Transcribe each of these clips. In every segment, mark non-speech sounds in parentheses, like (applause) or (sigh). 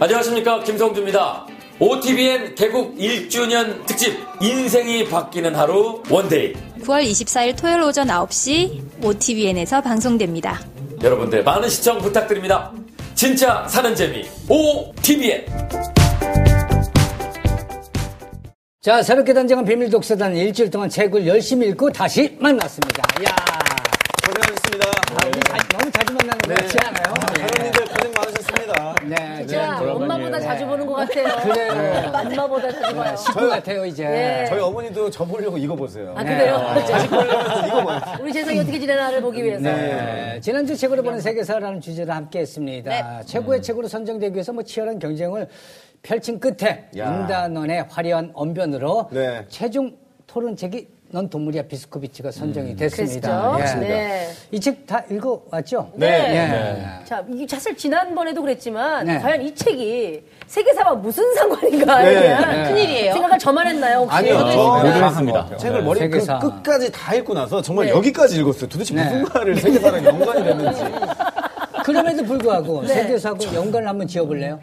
안녕하십니까 김성주입니다. OTBN 개국 1주년 특집 인생이 바뀌는 하루 원데이 9월 24일 토요일 오전 9시 OTBN에서 방송됩니다. 여러분들 많은 시청 부탁드립니다. 진짜 사는 재미 OTBN 자, 새롭게 단장한 비밀 독서단 일주일 동안 책을 열심히 읽고 다시 만났습니다. 이야, 고생하셨습니다. 우리 자- 너무 자주 만나는 거 같지 않아요? 사장님들 고생 많으셨습니다. 네, 진짜 엄마보다 자주 보는 것 같아요. 그래요. 엄마보다 자주 봐요. 식구 같아요, 이제. 예. 저희 어머니도 저 보려고 이거 보세요. 아 그래요? 자식 보려고 이거 봐요. 우리 재성이 어떻게 지내나를 보기 위해서. 네, 지난주 책으로 보는 세계사라는 주제를 함께 했습니다. 네. 최고의 책으로 선정되기 위해서 뭐 치열한 경쟁을 펼친 끝에 야. 인단원의 화려한 언변으로 네. 최종 토론책이 넌 동물이야 비스코비치가 선정이 됐습니다. 그랬죠? 예. 네. 이 책 다 읽어왔죠? 네. 예. 자, 이게 사실 지난번에도 그랬지만 네. 과연 이 책이 세계사와 무슨 상관인가에 네. 대한 네. 큰일이에요. 생각을 저만 했나요? 혹시? 저는 했습니다. 책을 머리 그 세계사. 끝까지 다 읽고 나서 정말 네. 여기까지 읽었어요. 도대체 무슨 말을 세계사랑 연관이 됐는지. 그럼에도 네. 불구하고 세계사하고 연관을 한번 지어볼래요?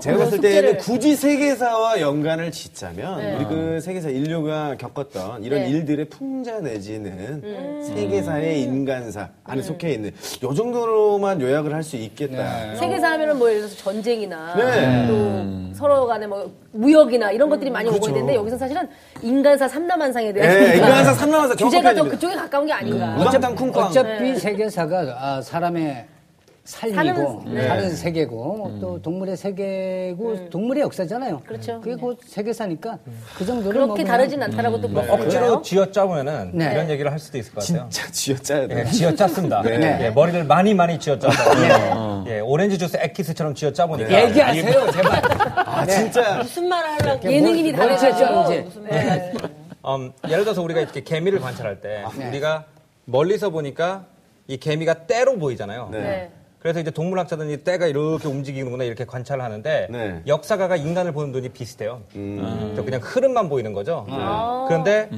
제가 봤을 때는 굳이 세계사와 연관을 짓자면 우리 그 세계사 인류가 겪었던 이런 네. 음. 일들의 풍자 내지는 세계사의 인간사 안에 속해 있는 요 정도로만 요약을 할 수 있겠다. 세계사 하면은 뭐 예를 들어서 전쟁이나 네. 또 서로 간에 뭐 무역이나 이런 것들이 많이 오고 그렇죠. 있는데 여기서 사실은 인간사 삼남한상에 대해서 (laughs) 예, 인간사 삼남한사 음. 주제가 더 경합해야 됩니다. 그쪽에 가까운 게 아닌가. 우당탕 쿵쾅. 어차피 세계사가 아, 사람의 삶이고 네. 사는- 네. 음. 다른 세계고 뭐또 동물의 세계고 동물의 역사잖아요. 그렇죠. 그게 곧 세계사니까 그 정도로 뭐 그렇게 그냥- 다르진 않다라고 또 보여요. 억지로 쥐어짜보면은 어, 네. 이런 얘기를 할 수도 있을 것 같아요. 진짜 네. 쥐어짜야 돼. 예, 쥐어짰습니다. 네. 예, 머리를 많이 많이 쥐어짜서 예, 오렌지 주스 액기스처럼 쥐어짜보니까 네. 얘기하세요 (laughs) 제발. 네. 아 진짜 무슨 말을 하려고 뭐 예능인이 뭘 다르죠. 채점인지. 음, 예를 들어서 우리가 이렇게 개미를 관찰할 아, 때 네. 우리가 멀리서 보니까 이 개미가 떼로 보이잖아요. 네. 그래서 이제 동물학자들이 떼가 이렇게 움직이는구나 이렇게 관찰하는데 네. 음. 역사가가 인간을 보는 눈이 비슷해요. 아. 그래서 그냥 흐름만 보이는 거죠. 네. 그런데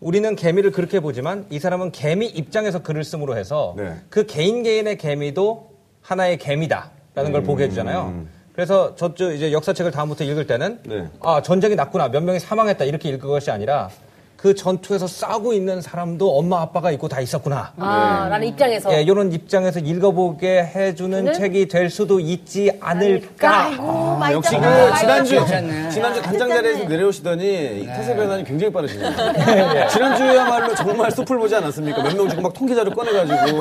우리는 개미를 그렇게 보지만 이 사람은 개미 입장에서 글을 쓰므로 해서 네. 그 개인 개인의 개미도 하나의 개미다라는 음. 걸 보게 해주잖아요. 그래서 저쪽 이제 역사책을 다음부터 읽을 때는 네. 아 전쟁이 났구나 몇 명이 사망했다 이렇게 읽을 것이 아니라 그 전투에서 싸고 있는 사람도 엄마 아빠가 있고 다 있었구나. 아, 라는 입장에서. 예, 이런 입장에서 읽어보게 해주는 책이 될 수도 있지 않을까. 아이고 많이 역시 짰다. 그 지난주 괜찮네. 지난주 단장 자리에서 내려오시더니 이 태세 변환이 굉장히 빠르시네요. 지난주야말로 정말 숲을 보지 않았습니까? 몇 명 지금 막 통계자료 꺼내가지고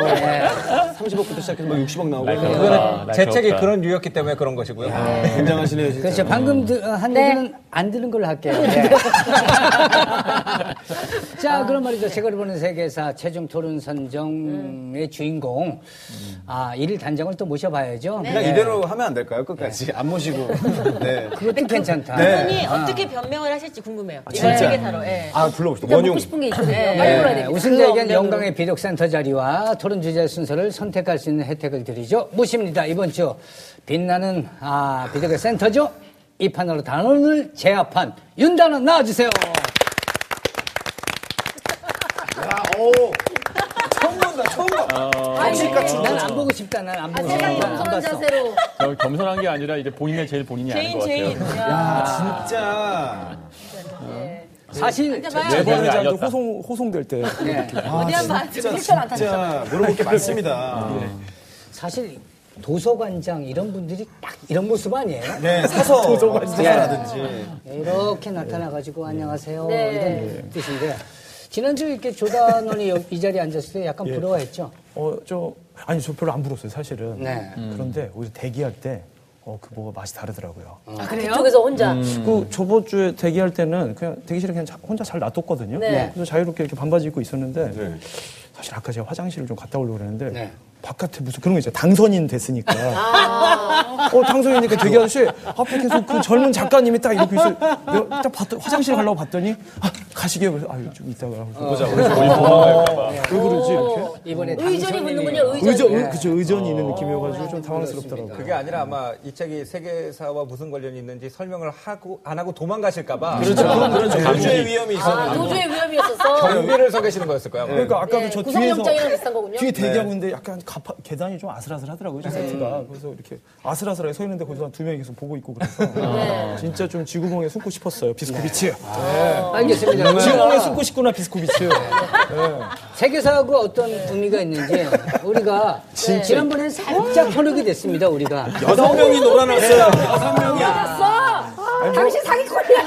30억부터 시작해서 막 60억 나오고 그거는 제 책이 그런 류였기 때문에 그런 것이고요. 굉장하시네요 진짜. 그렇죠. 방금 드- 한 네. 얘기는 안 들은 걸로 할게요. 예. (laughs) 자, 그럼 말이죠. 책을 보는 세계사 최종 토론 음. 선정의 주인공. 아, 일일 단장을 또 모셔봐야죠. 네. 그냥 예. 음. 이대로 하면 안 될까요? 끝까지 안 모시고. 네. 아, 그것도 괜찮다. 그분이 어떻게 변명을 하실지 궁금해요. 이번 진짜. 세계사로. 예. 아 불러봅시다. 그러니까 원용. 먹고 싶은 게 있거든요. 빨리 불어야 됩니다. 예, 웃음 그거 얘기한 없는 네. 영광의 비독센터 자리와 토론 주제 순서를 선택할 수 있는 혜택을 드리죠. 모십니다. 이번 주 빛나는 아, 비독의 센터죠. 이 판으로 단원을 제압한 윤단원 나와주세요. 아, 처음 본다 처음 봐. 난 안 보고 싶다. 난 안 보고 걸로. 싶다. 아, 세상에 안 겸손한 봤어. 자세로. 저 겸손한 게 아니라 이제 본인의 제일 본인이 아닌 제인 것 같아요. 제인. 진짜. 네. 사실 내 제발 본이 아니었다. 호송, 호송될 때 어디 한번 진짜 힐처럼 안 타죠. 진짜 물어볼 게 많습니다. 사실 도서관장 이런 분들이 딱 이런 모습 아니에요? 네 사서 사서라든지. 네. 이렇게 나타나가지고 안녕하세요 네. 이런 뜻인데 지난주 이렇게 조단원이 여기 이 자리에 앉았을 때 약간 부러워했죠. 어, 저, 아니, 저 별로 안 불었어요, 사실은. 네. 그런데 오히려 대기할 때, 어, 그 뭐가 맛이 다르더라고요. 아, 그래요? 그쪽에서 혼자. 그 저번 주에 대기할 때는 그냥 대기실에 그냥 자- 혼자 잘 놔뒀거든요. 네. 그래서 자유롭게 이렇게 반바지 입고 있었는데, 사실 아까 제가 화장실을 좀 갔다 오려고 그랬는데, 네. 바깥에 무슨 그런 거 있잖아요. 당선인 됐으니까. 어, 당선인이니까 대기 아저씨 앞에 계속 그 젊은 작가님이 딱 이러고 있어요. 내가 딱 봤더, 화장실 가려고 봤더니, 아, 가시게 그래서 아유 좀 이따가 하고 어. 보자. 우리 왜 그러지 이렇게 이번에 어. 의전이 붙는군요. 의전. 의전 의- 그죠 의전이 있는 느낌이어가지고 좀 당황스럽더라고요. 그게 아니라 아마 이 책이 세계사와 무슨 관련이 있는지 설명을 하고 안 하고 도망가실까봐 그렇죠. 감주의 위험이 아, 있었는데. 도주의 위험이었었어. 경비를 서 계시는 거였을 거야. 아마. 그러니까 아까도 아, 네, 저 뒤에서 구속영장이랑 비슷한 거군요. 뒤에 대기하고 있는데 약간 가파- 계단이 좀 아슬아슬하더라고요 저 세트가 그래서 이렇게 아슬아슬하게 서 있는데 거기서 한두 명이 계속 보고 있고 그래서 네. 진짜 좀 지구멍에 숨고 싶었어요 비스코비치 알겠습니다. 지구멍에 숨고 싶구나 비스코비치 세계사하고 어떤 의미가 있는지 우리가 네. 지난번에 살짝 현혹이 됐습니다. 우리가 여섯 명이 놀아났어요. 여섯 명이. 당신 사기꾼이야.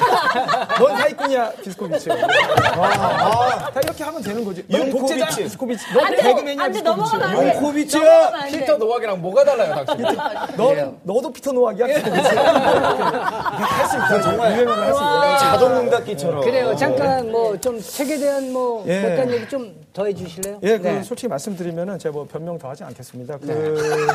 넌 사기꾼이야 비스코비치 다 이렇게 하면 되는 거지 아, 넌 복제자 윤코비치. 비스코비치 안 넌 돼, 개그맨이야 안 돼, 비스코비치 넘어가면 아, 네. 안 돼. 코비치야. 넘어가면 안 돼. 피터 노악이랑 뭐가 달라요, 당신? 아, 네. 넌 너도 피터 노악이야 비스코비치 할수 있다 네. 정말 유행을 할수 있다 자동응답기처럼. 그래요. 잠깐 뭐 좀 책에 대한 뭐 예. 어떤 얘기 좀 더 해주실래요? 예, 그 네. 솔직히 말씀드리면은 제가 뭐 변명 더 하지 않겠습니다. 그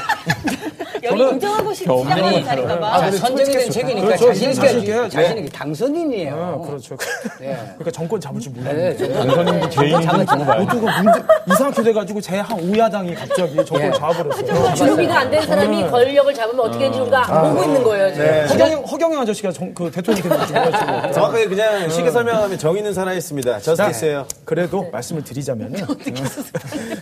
여기 인정하고 싶지 않은 인사인가봐. 아, 선정이 된 책이니까 그렇죠. 자신 있게 자신 자신 있게 있게 해야죠. 네. 당선인이에요. 아, 그렇죠. 그러니까 정권 잡을 줄 네, 몰랐는데. 저- 당선인도 죄인인 아, 줄 모르고 알고 모두가 문제, 이상하게 돼가지고 제 한 오야당이 갑자기 정권 예. 을 잡아버렸어요. 준비가 안 된 사람이 권력을 잡으면 어떻게 되는지 우리가 보고 있는 거예요. 지금. 네. 허경영, 허경영 아저씨가 정, 그 대통령이 된거 가지고 네. 정확하게 그냥 쉽게 설명하면 정의 있는 사람 있습니다. 저스티스예요. 그래도 말씀을 (laughs) 드리자면 은 음,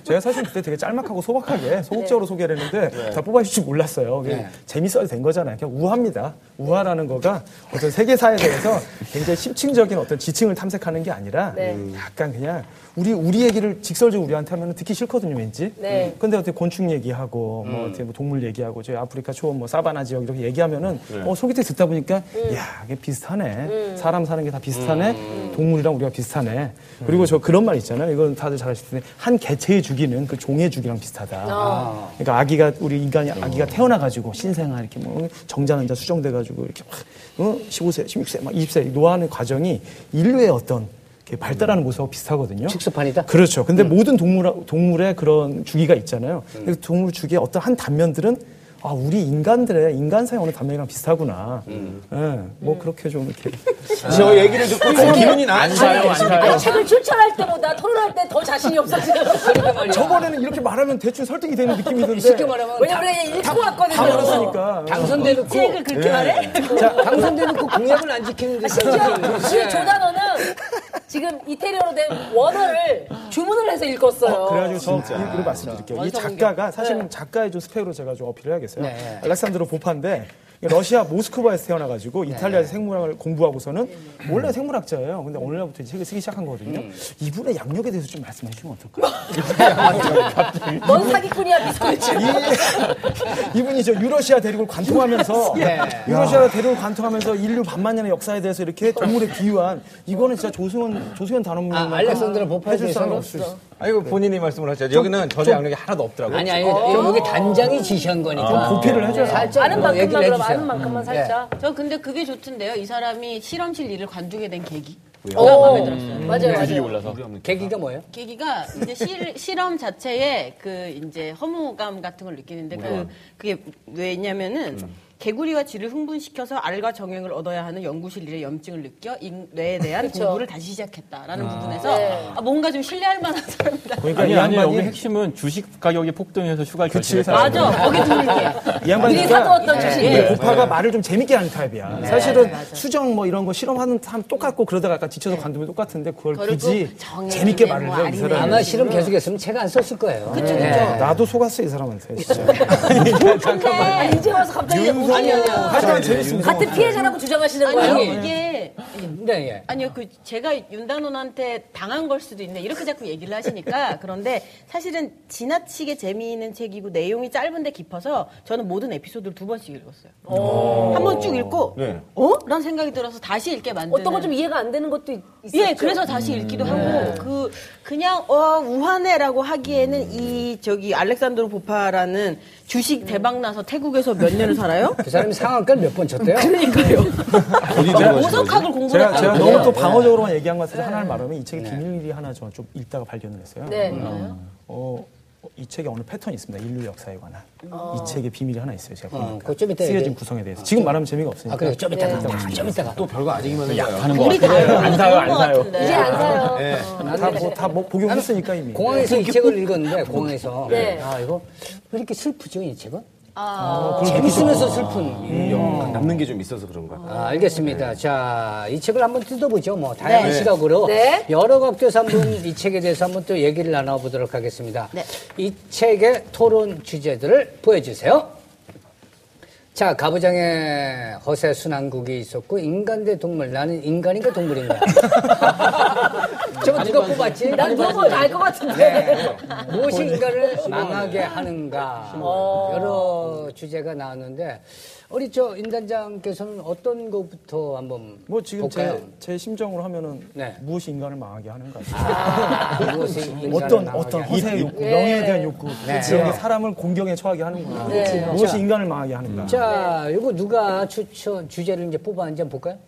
제가 사실 그때 되게 짤막하고 네. 소박하게 소극적으로 소개를 했는데 네. 다 뽑아주실 줄 몰랐어요. 그게 재밌어야 된 거잖아요. 그냥 우화입니다. 우화라는 거가 어떤 세계사에 대해서 굉장히 심층적인 어떤 지층을 탐색하는 게 아니라 네. 약간 그냥 우리 우리 얘기를 직설적으로 우리한테 하면 듣기 싫거든요, 왠지. 네. 근데 어떻게 곤충 얘기하고 뭐 어떻게 뭐 동물 얘기하고 저희 아프리카 초원 뭐 사바나 지역 이렇게 얘기하면은 어 소개팅 듣다 보니까 야 이게 비슷하네 사람 사는 게 다 비슷하네 동물이랑 우리가 비슷하네 그리고 저 그런 말 있잖아요 이건 다들 잘 아실 텐데 한 개체의 주기는 그 종의 주기랑 비슷하다 그러니까 아기가 우리 인간이 아기가 태어나 가지고 신생아 이렇게 뭐 정장자 수정돼 가지고 이렇게 막 어? 15세 16세 막 20세 노화하는 과정이 인류의 어떤 이렇게 발달하는 모습하고 비슷하거든요. 직소판이다? 그렇죠. 근데 모든 동물, 동물의 그런 주기가 있잖아요. 그 동물 주기의 어떤 한 단면들은 아, 우리 인간들의 인간사의 어느 단면이랑 비슷하구나. 예, 뭐 그렇게 좀 이렇게. 저 얘기를 듣고 좀 네. 어. 기분이 나. 안 사요, 안 아니, 책을 출처할 때보다 토론할 때 더 자신이 없어지는 거예요. (laughs) 저번에는 이렇게 말하면 대충 설득이 되는 느낌이 쉽게 드는데. 말하면 왜냐면 내가 읽고 왔거든요. 그러니까 당선되놓고 책을 그렇게 말해? 당선되놓고 공약을 그 안 지키는 듯이 심지어 이그 조단어는 지금 이태리어로 된 원어를 주문을 해서 읽었어요. 아, 그래가지고 저 이유를 어. 말씀드릴게요. 이 작가가 사실은 작가의 좀 스펙으로 제가 좀 어필을 해야겠어요. 네. 알렉산드로 보파인데 러시아 모스크바에서 태어나가지고 네. 이탈리아에서 생물학을 공부하고서는 원래 생물학자예요. 근데 오늘날부터 이제 책을 쓰기 시작한 거거든요. 음. 이분의 양력에 대해서 좀 말씀해 주시면 어떨까요? 넌 사기꾼이야 비스코이츠. 이- 이분이 저 유러시아 대륙을 관통하면서 유러시아 대륙을 관통하면서 인류 반만년의 역사에 대해서 이렇게 동물에 비유한 이거는 진짜 조승원 조승원 단원문 아, 알렉산드로 보파에 해줄 사람 대해서는 없을 수 아니, 이거 본인이 말씀을 하셔야죠. 여기는 저자 양력이 하나도 없더라고요. 아니 아니 여기 단장이 지시한 거니까 보필을 해줘요. 살짝 아는 뭐 얘기를 만큼만 그럼 해주세요. 아는 만큼만 살짝. 저 근데 그게 좋던데요. 이 사람이 실험실 일을 관두게 된 계기. 오, 어. 맞아요, 맞아요. 올라서. 계기가 뭐예요? 계기가 이제 실, (laughs) 실험 자체에 그 이제 허무감 같은 걸 느끼는데 그 그게 왜냐면은 개구리와 쥐를 흥분시켜서 알과 정액을 얻어야 하는 연구실 일의 염증을 느껴 인- 뇌에 대한 공부를 다시 시작했다라는 부분에서 네. 아, 뭔가 좀 신뢰할 만한 사람이다. 그러니까 아니, 이 아니, 양반이 여기 핵심은 주식 가격이 폭등해서 휴가를 그치, 결심했다. 맞아. 거기 들게. 이 양반이 미리 진짜 사두었던 주식. 네. 네. 근데 고파가 말을 좀 재밌게 하는 타입이야. 사실은 맞아. 수정 뭐 이런 거 실험하는 사람 똑같고 그러다가 약간 지쳐서 관두면 똑같은데 그걸 그걸 굳이 또 정해놓는 재밌게 뭐 말을 해요. 이 아니면 사람. 아마 실험 계속했으면 책 안 썼을 거예요. 네. 그쵸 그쵸. 나도 속았어 이 사람한테. 진짜. (laughs) 네. 아니, 이제 와서 갑자기 오아니 하지만 재밌습니다. 같은 피해자라고 주장하시는 아니 거예요. 이게 네 예. 아니요, 그 제가 윤단원한테 당한 걸 수도 있네. 이렇게 자꾸 (laughs) 얘기를 하시니까 그런데 사실은 지나치게 재미있는 책이고 내용이 짧은데 깊어서 저는 모든 에피소드를 두 번씩 읽었어요. 한 번 쭉 읽고 네. 어? 라는 생각이 들어서 다시 읽게 만드는. 어떤 건 좀 이해가 안 되는 것도 있- 있었죠. 음. 네. 예, 그래서 다시 읽기도 하고 그 그냥 어 우한해라고 하기에는 이 저기 알렉산드로 보파라는 주식 대박 나서 태국에서 몇 (laughs) 년을 살아요? 그 사람이 상한가를 몇 번 쳤대요? 그러니까요. 어디 오석학을 공부를 제가, 제가 했다고. 너무 네. 또 음. 방어적으로만 얘기한 것 같아서 하나를 말하면 이 책에 비밀이 하나 저좀 읽다가 발견을 했어요. 네. 어, 어, 이 책에 어느 패턴이 있습니다. 인류 역사에 관한 이 책에 비밀이 하나 있어요. 제가 어, 보니까 그거 좀 이따 쓰여진 얘기해. 구성에 대해서 지금 말하면 재미가 없으니까. 아, 그래요. 좀 이따가. 네. 다, 좀 이따가. 또 별거 아니기만 해요. 하는 거 우리 다 같아요. 안 사요, 안 사요. 예, 네. 이제 안 사요. 다뭐다 복용했으니까 이미. 아, 공항에서 이 책을 읽었는데 공항에서 네. 아 이거 왜 이렇게 슬프죠 이 책은? 아, 재밌으면서 슬픈. 남는 게 좀 있어서 그런 것 같아요. 아, 알겠습니다. 자, 이 책을 한번 뜯어보죠. 뭐, 다양한 네. 시각으로. 네. 여러 각도에서 한번 이 책에 대해서 한번 또 얘기를 나눠보도록 하겠습니다. 네. 이 책의 토론 주제들을 보여주세요. 자, 가부장의 허세 순환국이 있었고, 인간 대 동물. 나는 인간인가 (laughs) 동물인가. 저거 누가 뽑았지? 난 누가 보면 알것 같은데. 네. (laughs) 무엇이 인간을 망하게 하는가 여러 주제가 나왔는데 우리 저 임단장께서는 어떤 것부터 한번 뭐 지금 볼까요? 제, 제 심정으로 하면은 네. 무엇이 인간을 망하게 하는가? 아, (laughs) 무엇이 인간을 어떤 망하게 어떤 하는가. 허세 욕구, 명예에 대한 욕구, 네. 지역의 사람을 공경에 처하게 하는구나. 무엇이 인간을 망하게 하는가? 자, 이거 누가 추천 주제를 이제 뽑았는지 한번 볼까요?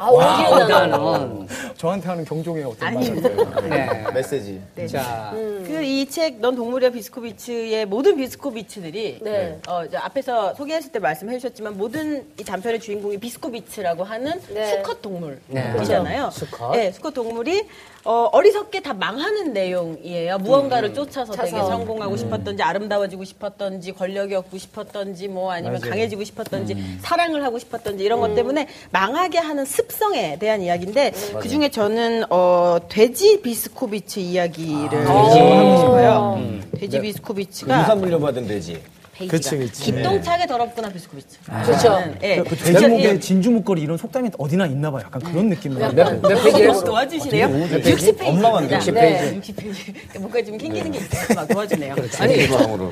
아, 오기훈 나는. 나는 저한테 하는 경종의 어떤 아니. 말을 네. 음. 메시지. 자, 그 이 책 넌 동물이야 비스코비츠의 모든 비스코비츠들이 네. 어, 이제 앞에서 소개하실 때 말씀해 주셨지만 모든 이 단편의 주인공이 비스코비츠라고 하는 네. 네. 수컷 동물이잖아요. 맞아요. 수컷. 네, 수컷 동물이 어, 어리석게 다 망하는 내용이에요. 무언가를 쫓아서 되게 차서. 성공하고 싶었던지 아름다워지고 싶었던지 권력이 얻고 싶었던지 뭐 아니면 강해지고 싶었던지 사랑을 하고 싶었던지 이런 것 때문에 망하게 하는 습성에 대한 이야기인데 그 중에 저는 어, 돼지 비스코비츠 이야기를 하고 싶어요. 돼지 비스코비츠가 유산 물려받은 돼지. 베이지가 그치, 그치. 기똥차게 더럽구나 비스코비츠. 그렇죠. 예. 그 돼지목에 진주 목걸이 이런 속담이 어디나 있나 봐요. 약간 그런 느낌으로. 몇 너무 페이지에서 뭐 도와주시네요. 60페이지. 엄마만 60페이지. 네. 60페이지. 뭔가 좀 캥기는 게 있어서 막 도와주네요. 아니,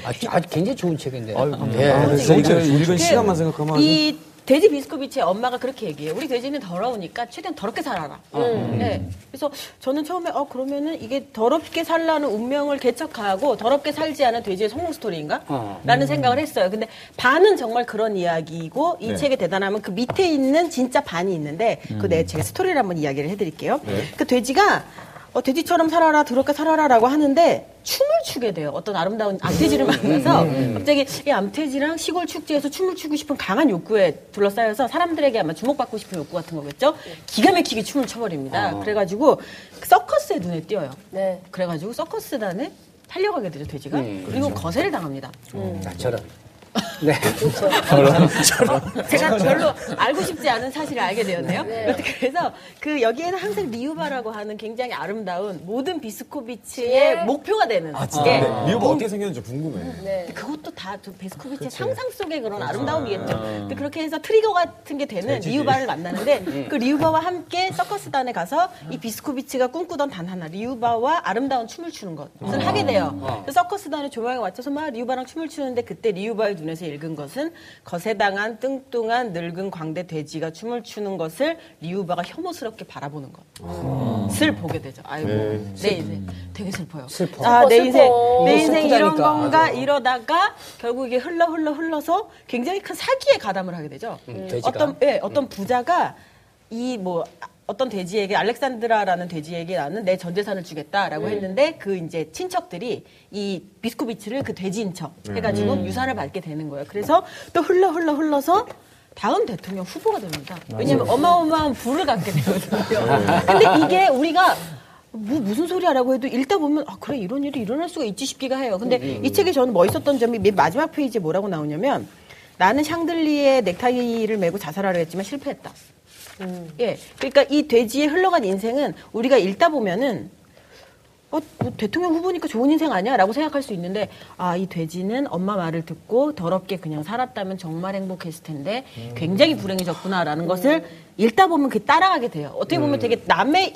아, 아, 굉장히 좋은 책인데. 제가 읽은 시간만 생각하면 이 돼지 비스코비치의 엄마가 그렇게 얘기해요. 우리 돼지는 더러우니까 최대한 더럽게 살아라. 네. 그래서 저는 처음에 어 그러면은 이게 더럽게 살라는 운명을 개척하고 더럽게 살지 않은 돼지의 성공 스토리인가? 라는 생각을 했어요. 근데 반은 정말 그런 이야기이고 이 책의 대단함은 그 밑에 있는 진짜 반이 있는데 그 내 제가 스토리를 한번 이야기를 해드릴게요. 그 돼지가 어, 돼지처럼 살아라, 더럽게 살아라라고 하는데 춤을 추게 돼요. 어떤 아름다운 암돼지를 만나서 갑자기 이 암돼지랑 시골 축제에서 춤을 추고 싶은 강한 욕구에 둘러싸여서 사람들에게 아마 주목받고 싶은 욕구 같은 거겠죠. 기가 막히게 춤을 춰버립니다. 그래가지고 서커스에 눈에 띄어요. 네. 그래가지고 서커스단에 탈려가게 되죠 돼지가 네, 그리고 거세를 당합니다. 나처럼. 네. 제가 별로 알고 싶지 않은 사실을 알게 되었네요. 여튼 (laughs) 그래서 그 여기에는 항상 리우바라고 하는 굉장히 아름다운 모든 비스코비치의 목표가 되는 게 미국 어떻게 생겼는지 궁금해. 근데 그것도 다저 베스코비치의 상상 속의 그런 아름다움이겠죠. 근데 그렇게 해서 트리거 같은 게 되는 리우바를 (laughs) 만나는데 그 리우바와 함께 서커스단에 가서 이 비스코비치가 꿈꾸던 단 하나 리우바와 아름다운 아. 춤을 추는 것을 하게 돼요. 그래서 서커스단의 조명에 맞춰서 막 리우바랑 춤을 추는데 그때 리우바의 눈에서 읽은 것은 거세당한 뚱뚱한 늙은 광대 돼지가 춤을 추는 것을 리우바가 혐오스럽게 바라보는 것을 보게 되죠. 아이고 네. 내 인생 되게 슬퍼요. 슬퍼. 어, 아, 내 슬퍼, 인생 슬퍼. 내 인생 이런 슬프다니까. 건가 이러다가 결국 이게 흘러 흘러 흘러서 굉장히 큰 사기에 가담을 하게 되죠. 음, 돼지가. 음. 어떤 예, 어떤 부자가 이 뭐 어떤 돼지에게 알렉산드라라는 돼지에게 나는 내 전 재산을 음. 주겠다라고 했는데 그 이제 친척들이 이 비스코비치를 그 돼지인 척 음. 해가지고 유산을 받게 되는 거예요. 그래서 또 흘러 흘러 흘러서 다음 대통령 후보가 됩니다. 왜냐면 어마어마한 부를 갖게 되거든요. 네. 근데 이게 우리가 뭐 무슨 소리 하라고 해도 읽다 보면 아 그래 이런 일이 일어날 수가 있지 싶기가 해요. 근데 이 책에 저는 멋있었던 점이 맨 마지막 페이지에 뭐라고 나오냐면 나는 샹들리에 넥타이를 메고 자살하려 했지만 실패했다. 예. 그러니까 이 돼지에 흘러간 인생은 우리가 읽다 보면은 어, 뭐 대통령 후보니까 좋은 인생 아니야? 라고 생각할 수 있는데, 아, 이 돼지는 엄마 말을 듣고 더럽게 그냥 살았다면 정말 행복했을 텐데, 굉장히 불행해졌구나라는 것을 읽다 보면 그 따라가게 돼요. 어떻게 보면 되게 남의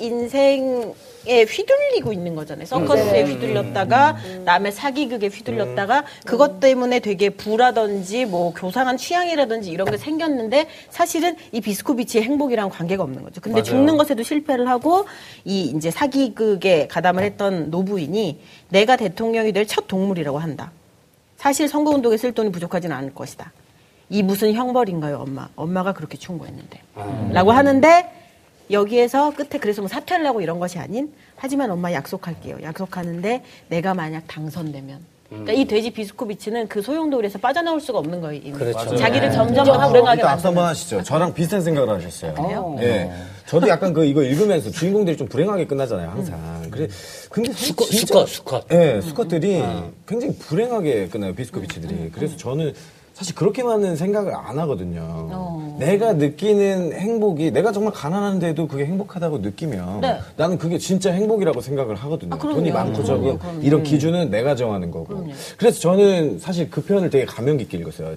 인생에 휘둘리고 있는 거잖아요. 서커스에 휘둘렸다가, 남의 사기극에 휘둘렸다가, 그것 때문에 되게 부라든지, 뭐, 교상한 취향이라든지 이런 게 생겼는데, 사실은 이 비스코비치의 행복이랑 관계가 없는 거죠. 근데 죽는 것에도 실패를 하고, 이 이제 사기극에 가담을 했던 노부인이 내가 대통령이 될 첫 동물이라고 한다. 사실 선거운동에 쓸 돈이 부족하진 않을 것이다. 이 무슨 형벌인가요, 엄마? 엄마가 그렇게 충고했는데. 라고 하는데 여기에서 끝에 그래서 뭐 사퇴를 하고 이런 것이 아닌 하지만 엄마 약속할게요. 약속하는데 내가 만약 당선되면 그러니까 이 돼지 비스코비치는 그 소용돌이에서 빠져나올 수가 없는 거예요. 그렇죠. 자기를 네. 점점 더 불행하게 일단 앞서 만드는. 한번 하시죠. 저랑 비슷한 생각을 하셨어요. 예. 저도 약간 그 이거 읽으면서 주인공들이 좀 불행하게 끝나잖아요, 항상. 그래. 근데 수컷, 수컷, 수컷. 예, 수컷들이 굉장히 불행하게 끝나요, 비스코비치들이. 그래서 저는 사실 그렇게 많은 생각을 안 하거든요. 내가 느끼는 행복이 내가 정말 가난한데도 그게 행복하다고 느끼면 네. 나는 그게 진짜 행복이라고 생각을 하거든요. 아, 그럼요. 돈이 많고 적은 그럼요, 그럼요. 이런 기준은 내가 정하는 거고. 그래서 저는 사실 그 표현을 되게 감명 깊게 읽었어요.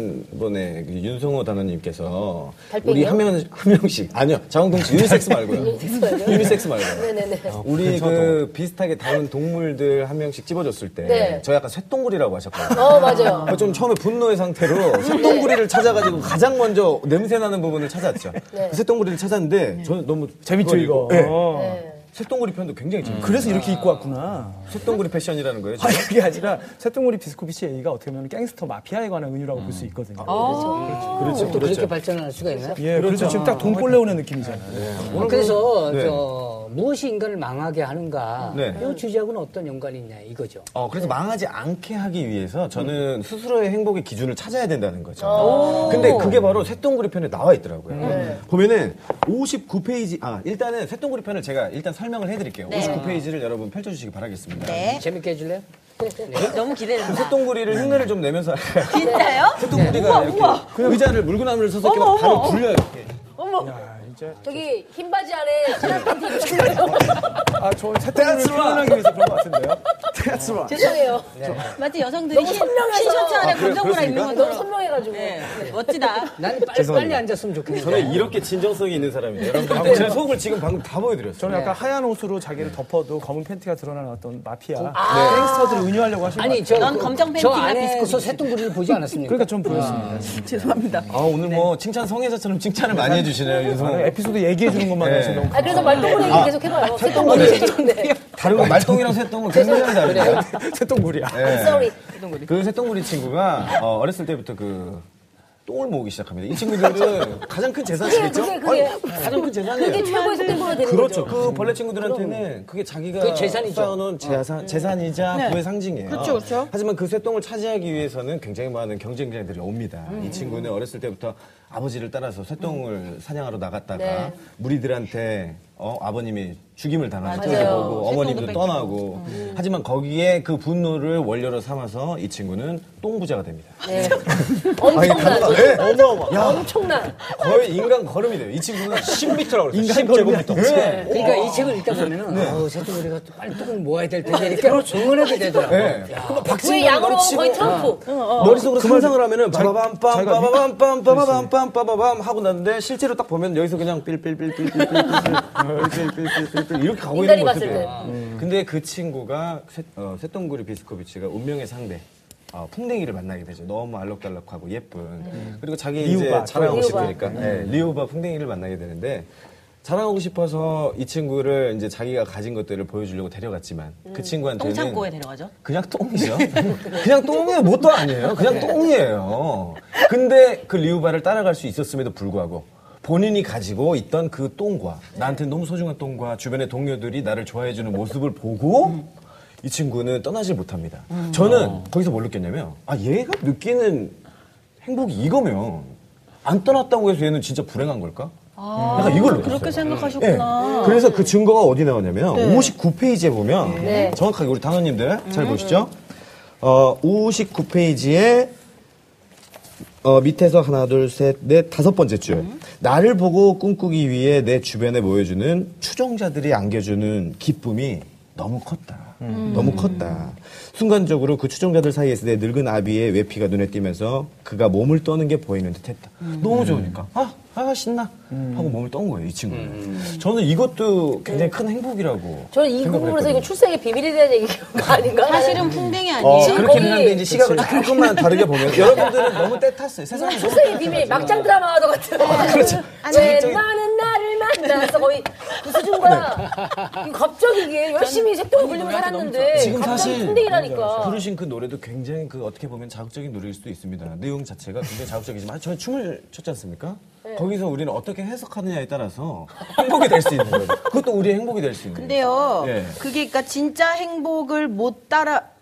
지난번에 그 윤성호 단원님께서 달팽이요? 우리 한명 한 명씩 아니요 장원근 씨 유니섹스 말고요. 유니섹스 말고요. 네네네. 아, 우리 그 비슷하게 다른 동물들 한 명씩 찝어줬을 때, 네. 저 약간 쇳동굴이라고 하셨거든요. 어 맞아요. 그래서 좀 처음에 분노의 상태로 쇳동굴이를 찾아가지고 가장 먼저 냄새 나는 부분을 찾았죠. 그 쇳동굴이를 찾았는데 저는 너무 재밌죠 그걸 읽고, 이거. 네. 어. 네. 쇳동굴이 편도 굉장히 재밌어요. 그래서 이렇게 입고 왔구나. 쇳동굴이 패션이라는 거예요. 아, 그게 아니라 새똥우리 비스코비치 얘기가 어떻게 보면 갱스터 마피아에 관한 은유라고 볼 수 있거든요. 그렇죠, 또 그렇죠. 그렇게 발전할 수가 있나요? 예, 그렇죠. 지금 딱 아, 돈벌레 오는 느낌이잖아요. 아, 그래서 네. 저 무엇이 인간을 망하게 하는가 네. 이 주제하고는 어떤 연관이 있냐 이거죠. 어, 그래서 망하지 않게 하기 위해서 저는 스스로의 행복의 기준을 찾아야 된다는 거죠. 근데 그게 바로 새똥구리 편에 나와 있더라고요. 네. 보면은 59페이지, 아, 일단은 새똥구리 편을 제가 일단 설명을 해드릴게요. 59페이지를 여러분 펼쳐주시기 바라겠습니다. 네. 재밌게 해줄래요? 너무 기대된다. 새똥구리를 흉내를 좀 (laughs) 내면서 (laughs) 진짜요? 새똥구리가 이렇게 의자를 물구나무를 서서 이렇게 어머, 막 발을 어머. 굴려요. 이렇게. 저기 흰 바지 안에 신랑 팬티 입으신 거 아, 저 새똥우리 표현하기 위해서 그런 것 같은데요. (laughs) 죄송해요. 네. 마치 여성들이 흰, 흰 셔츠 안에 검정보라 입는 아, 너무 것처럼. 선명해가지고. 네. (laughs) 멋지다. 나는 빨리, 빨리 앉았으면 좋겠네. 저는 이렇게 진정성이 있는 사람이에요. 네. 여러분들 아, 제 속을 지금 방금 다 보여드렸어요. 저는 약간 하얀 옷으로 네. 자기를 덮어도 검은 팬티가 드러나는 어떤 마피아, 갱스터들을 은유하려고 하신 것 아니 같아요. 저, 넌 그- 검정 저 팬티나 안에서 비스코트. 새똥구리를 보지 않았습니까? 그러니까 좀 보였습니다. 죄송합니다. 아, 오늘 뭐 칭찬 성애자처럼 칭찬을 많이 해주시네요, 아, 윤성호. 네. 에피소드 얘기해 주는 것만 해서 (laughs) 너무 아 그래서 말동물 얘기 계속 아, 해봐요. 새똥머리 새똥네. 다른 거 말똥이랑 새똥은 굉장히 다르네요. 새똥구리야. 쏘리. 그 새똥구리 친구가 어, 어렸을 때부터 그 똥을 모으기 시작합니다. 이 (laughs) 친구들은 가장 큰 재산이겠죠? 그게, 그게. 아니, 가장 큰 그게 재산이에요. 최고의 새똥머리가 되는 그렇죠. 거죠. 그 벌레 친구들한테는 그게 자기가 그게 재산이죠. 네. 쌓아놓은 재산, 재산이자 부의 상징이에요. 그렇죠, 그렇죠. 하지만 그 쇠똥을 차지하기 위해서는 굉장히 많은 경쟁자들이 옵니다. 이 친구는 어렸을 때부터 아버지를 따라서 쇠똥을 사냥하러 나갔다가 네. 무리들한테 어, 아버님이 죽임을 당하고 맞아요. 보고 쇠똥도 어머님도 뺏기고. 떠나고 하지만 거기에 그 분노를 원료로 삼아서 이 친구는 똥부자가 됩니다. 네. 단어가 엄청난. 왜? 어마어마. 엄청난. 거의 인간 걸음이 돼요. 이 친구는 10m라고 그랬어요. 인간 10제곱미터. 걸음이 네. 그러니까 이 책을 읽다 보면은 어우 새똥구리가 또 빨리 똥을 모아야 될 텐데 이렇게 응원하게 네. 되더라고요. 네. 그거 왜 박진감이 양으로 넘치고 거의 트럼프. 어. 그 머릿속으로 상상을 하면은 빠바밤 빰 빠바밤 빰 빠바밤 빰 빠바밤 하고 났는데 실제로 딱 보면 여기서 그냥 삘삘삘삘삘삘삘삘삘삘삘 이렇게 가고 인간이 있는 봤을 모습이에요. 음. 근데 그 친구가 쇳- 어, 쇳덩구리 비스코비치가 운명의 상대 어, 풍뎅이를 만나게 되죠. 너무 알록달록하고 예쁜. 그리고 자기 이제 리우바. 자랑하고 음. 리우바. 음. 싶으니까 네, 리오바 풍뎅이를 만나게 되는데 자랑하고 싶어서 이 친구를 이제 자기가 가진 것들을 보여주려고 데려갔지만 음. 그 친구한테는 똥창고에 데려가죠. 그냥 똥이죠. 그냥 똥이에요. 뭣도 아니에요. 네. 그냥 똥이에요. 근데 그 리우바를 따라갈 수 있었음에도 불구하고 본인이 가지고 있던 그 똥과 나한테 너무 소중한 똥과 주변의 동료들이 나를 좋아해주는 모습을 보고 이 친구는 떠나질 못합니다. 음. 어. 저는 거기서 뭘 느꼈냐면 아 얘가 느끼는 행복이 이거면 안 떠났다고 해서 얘는 진짜 불행한 걸까? 아. 약간 이걸 느꼈어요. 그렇게 생각하셨구나. 네. 네. 그래서 그 증거가 어디 나오냐면 59페이지에 보면 정확하게 우리 단원님들 잘 음. 보시죠. 어, 59페이지에 어, 밑에서 하나 둘 셋 넷 다섯 번째 줄 나를 보고 꿈꾸기 위해 내 주변에 모여주는 추종자들이 안겨주는 기쁨이 너무 컸다. 음. 너무 컸다. 순간적으로 그 추종자들 사이에서 내 늙은 아비의 외피가 눈에 띄면서 그가 몸을 떠는 게 보이는 듯 했다. 음. 너무 좋으니까. 아, 아, 신나. 하고 몸을 떤 거예요, 이 음, 친구는. 저는 이것도 굉장히 큰 행복이라고. 저는 이 생각을 부분에서 이거 했거든요. 출생의 비밀에 대한 얘기가 아닌가? 사실은 풍뎅이 아니에요. 어, 그렇긴 거기- 한데 이제 시각을 조금만 다르게 (laughs) 보면 여러분들은 음. 너무 때 탔어요. 세상이 너무 아, 아, 출생의 비밀 막장 드라마 하던 것 같은. 그렇죠. 왜 많은 나를 만 싹 나갔어 거의 그 수준과 이거 갑자기 이게 열심히 색동을 굴리며 살았는데 네. 지금 갑자기 사실 풍뎅이라니까 부르신 그 노래도 굉장히 그 어떻게 보면 자극적인 노래일 수도 있습니다. 내용 자체가 굉장히 자극적이지만 아, 저희 춤을 췄지 않습니까? 네. 거기서 우리는 어떻게 해석하느냐에 따라서 행복이 될 수 있는 거예요. 그것도 우리의 행복이 될 수 있는 거예요. 근데요, 예. 그게 그러니까 진짜 행복을 못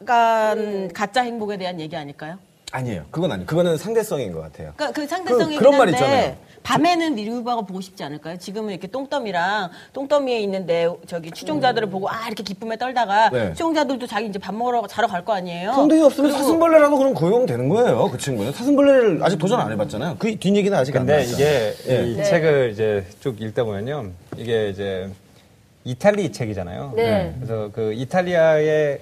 따라간 가짜 행복에 대한 얘기 아닐까요? 아니에요. 그건 아니에요. 그거는 상대성인 것 같아요. 그러니까 그 상대성이 그- 그런 말 있잖아요. 있는데 밤에는 리우바가 보고 싶지 않을까요? 지금은 이렇게 똥덤이랑 똥덤이에 있는데 저기 추종자들을 보고 아 이렇게 기쁨에 떨다가 네. 추종자들도 자기 이제 밥 먹으러 자러 갈 거 어. 아니에요? 성동이 없으면 사슴벌레라도 그럼 고용되는 거예요. 그 친구는 사슴벌레를 아직 도전 안 해봤잖아요. 그 뒷얘기는 아직 안 근데 나왔어요. 네, 이게 예. 이 책을 이제 쭉 읽다 보면요. 이게 이제 이탈리 책이잖아요. 네. 그래서 그 이탈리아에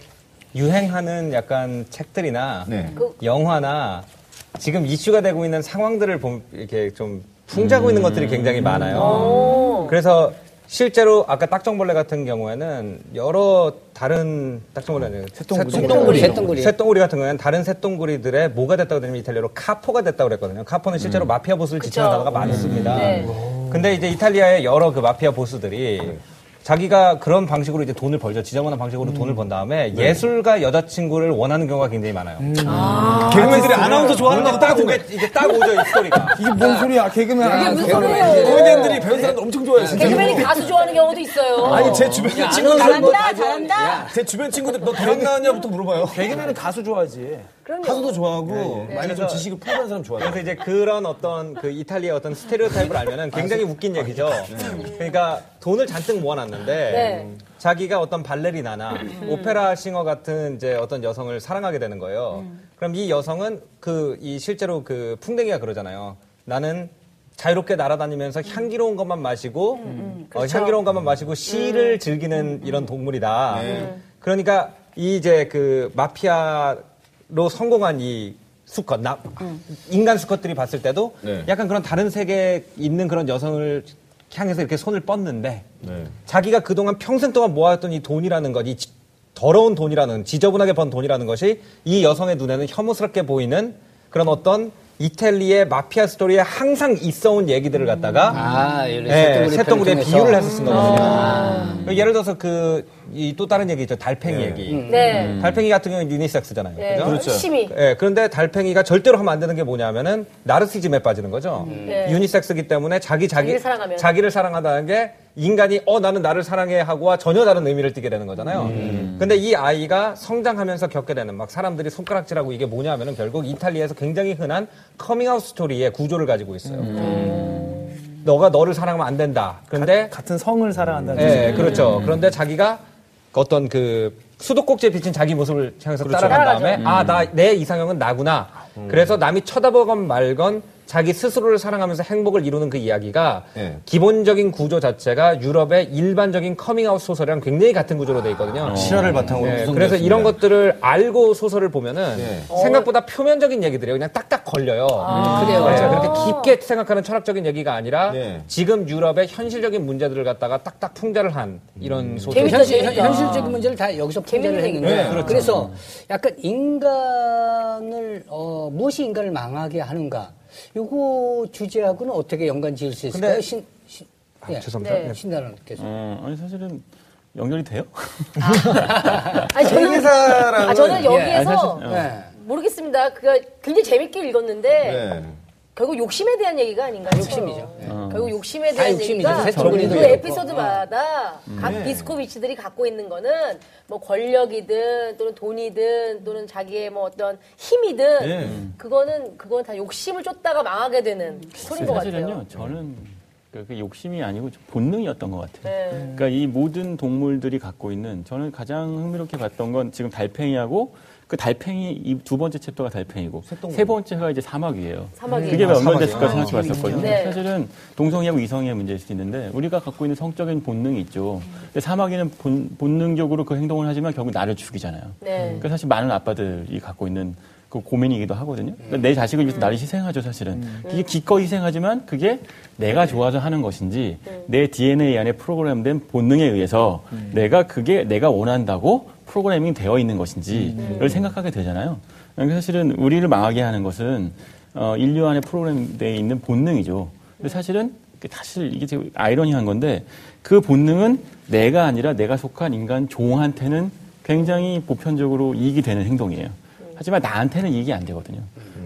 유행하는 약간 책들이나 네. 영화나 지금 이슈가 되고 있는 상황들을 보 이렇게 좀 풍자고 있는 것들이 굉장히 어. 많아요. 그래서 실제로 아까 딱정벌레 같은 경우에는 여러 다른 딱정벌레 아니에요. 새똥구리. 새똥구리. 새똥구리. 새똥구리 같은 경우에는 다른 새똥구리들의 뭐가 됐다고 되냐면 이탈리아로 카포가 됐다고 그랬거든요. 카포는 실제로 음. 마피아 보스를 지칭하는 단어가 많습니다. 근데 이제 이탈리아의 여러 그 마피아 보스들이 자기가 그런 방식으로 이제 돈을 벌죠. 지저분한 방식으로 돈을 번 다음에 네. 예술가 여자친구를 원하는 경우가 굉장히 많아요. 개그맨들이 음. 아나운서 좋아하는 뭔가 거고 딱 딱 오게, 이게 딱 오죠, 이 스토리가. 이게 뭔 소리야? 개그맨 안 이게 하는 무슨 소리야. 소리예요 개그맨들이 배운 사람 엄청 좋아해요. 네. 개그맨이 가수 좋아하는 경우도 있어요 아니 제 주변 친구들 뭐, 잘한다, 잘한다. 제 주변 친구들 너 대학 나왔냐부터 물어봐요. 개그맨은 가수 좋아하지. 가수도 좋아하고 많이 좀 지식을 풍부한 사람 좋아해요. 그래서 이제 그런 어떤 그 이탈리아 어떤 스테레오타입을 알면은 굉장히 웃긴 얘기죠. 그러니까 돈을 잔뜩 모아놨는데 네. 자기가 어떤 발레리나나 오페라 싱어 같은 이제 어떤 여성을 사랑하게 되는 거예요. 그럼 이 여성은 그 이 실제로 그 풍뎅이가 그러잖아요. 나는 자유롭게 날아다니면서 향기로운 것만 마시고 어, 향기로운 것만 마시고 시를 즐기는 이런 동물이다. 그러니까 이 이제 그 마피아로 성공한 이 수컷 나- 인간 수컷들이 봤을 때도 네. 약간 그런 다른 세계에 있는 그런 여성을 향해서 이렇게 손을 뻗는데 네. 자기가 그동안 평생 동안 모아왔던 이 돈이라는 것, 이 지- 더러운 돈이라는, 지저분하게 번 돈이라는 것이 이 여성의 눈에는 혐오스럽게 보이는 그런 어떤 이탈리의 마피아 스토리에 항상 있어온 얘기들을 갖다가 아, 이런 예, 새똥구리 새똥구리에 편을 통해서. 비유를 해서 쓴 거거든요. 예를 들어서 그 이 또 다른 얘기 있죠. 달팽이 얘기. 아. 음. 네, 달팽이 같은 경우는 유니섹스잖아요. 네. 그죠? 열심히 예, 그런데 달팽이가 절대로 하면 안 되는 게 뭐냐면은 나르시즘에 빠지는 거죠. 음. 네. 유니섹스기 때문에 자기 자기 자기를 사랑하면. 자기를 사랑한다는 게 인간이 어 나는 나를 사랑해 하고와 전혀 다른 의미를 띠게 되는 거잖아요. 음. 음. 근데 이 아이가 성장하면서 겪게 되는 막 사람들이 손가락질하고 이게 뭐냐면은 결국 이탈리아에서 굉장히 흔한 커밍아웃 스토리의 구조를 가지고 있어요. 음. 너가 너를 사랑하면 안 된다. 그런데 같은 성을 사랑한다는 예, 그렇죠. 그런데 자기가 어떤 그 수도꼭지에 비친 자기 모습을 향해서 따라간 다음에 아, 나 내 이상형은 나구나. 그래서 남이 쳐다보건 말건 자기 스스로를 사랑하면서 행복을 이루는 그 이야기가 예. 기본적인 구조 자체가 유럽의 일반적인 커밍아웃 소설이랑 굉장히 같은 구조로 돼 있거든요. 어. 실화를 바탕으로 네, 예, 구성되어 그래서 이런 있습니다. 것들을 알고 소설을 보면은 예. 생각보다 표면적인 얘기들이 그냥 딱딱 걸려요. 그래요. 네, 그렇게 깊게 생각하는 철학적인 얘기가 아니라 네. 지금 유럽의 현실적인 문제들을 갖다가 딱딱 풍자를 한 음. 이런 소설. 재밌다, 현실, 재밌다. 현실적인 문제를 다 여기서 풍자를 했는데 그래서 약간 인간을 어, 무엇이 인간을 망하게 하는가 요거 주제하고는 어떻게 연관 지을 수 있을까요? 근데- 신, 신, 예. 죄송합니다. 네. 신나는께서 어, 아니 사실은 연결이 돼요? 아니 저는 회사랑 아 저는 아니, 여기에서 사실- 어. 예. 모르겠습니다 그가 굉장히 재밌게 읽었는데 네. 결국 욕심에 대한 얘기가 아닌가요? 욕심이죠. 네. 결국 욕심에 대한 욕심이죠. 얘기가 새 정글이도 그 있고. 에피소드마다 음. 각 네. 디스코비치들이 갖고 있는 거는 뭐 권력이든 또는 돈이든 또는 자기의 뭐 어떤 힘이든 네. 그거는 그건 다 욕심을 쫓다가 망하게 되는 소린 것 같아요. 사실은요. 저는 그, 그 욕심이 아니고 좀 본능이었던 것 같아요. 네. 그러니까 이 모든 동물들이 갖고 있는 저는 가장 흥미롭게 봤던 건 지금 달팽이하고 그 달팽이 이 두 번째 챕터가 달팽이고 세 번째가 이제 사막이에요. 사막이에요. 그게 왜 아, 얼마 됐을까 생각해 봤었거든요. 네. 사실은 동성애하고 이성애의 문제일 수도 있는데 우리가 갖고 있는 성적인 본능이 있죠. 근데 사막이는 본, 본능적으로 그 행동을 하지만 결국 나를 죽이잖아요. 네. 그러니까 사실 많은 아빠들이 갖고 있는 그 고민이기도 하거든요. 그러니까 내 자식을 위해서 나를 희생하죠, 사실은. 이게 기꺼이 희생하지만 그게 내가 좋아서 하는 것인지 내 DNA 안에 프로그램된 본능에 의해서 내가 그게 내가 원한다고 프로그래밍 되어 있는 것인지를 생각하게 되잖아요. 그러니까 사실은 우리를 망하게 하는 것은 어, 인류 안에 프로그램되어 있는 본능이죠. 근데 사실은 그 이게 사실 이게 되게 아이러니한 건데 그 본능은 내가 아니라 내가 속한 인간 종한테는 굉장히 보편적으로 이익이 되는 행동이에요. 하지만 나한테는 이익이 안 되거든요.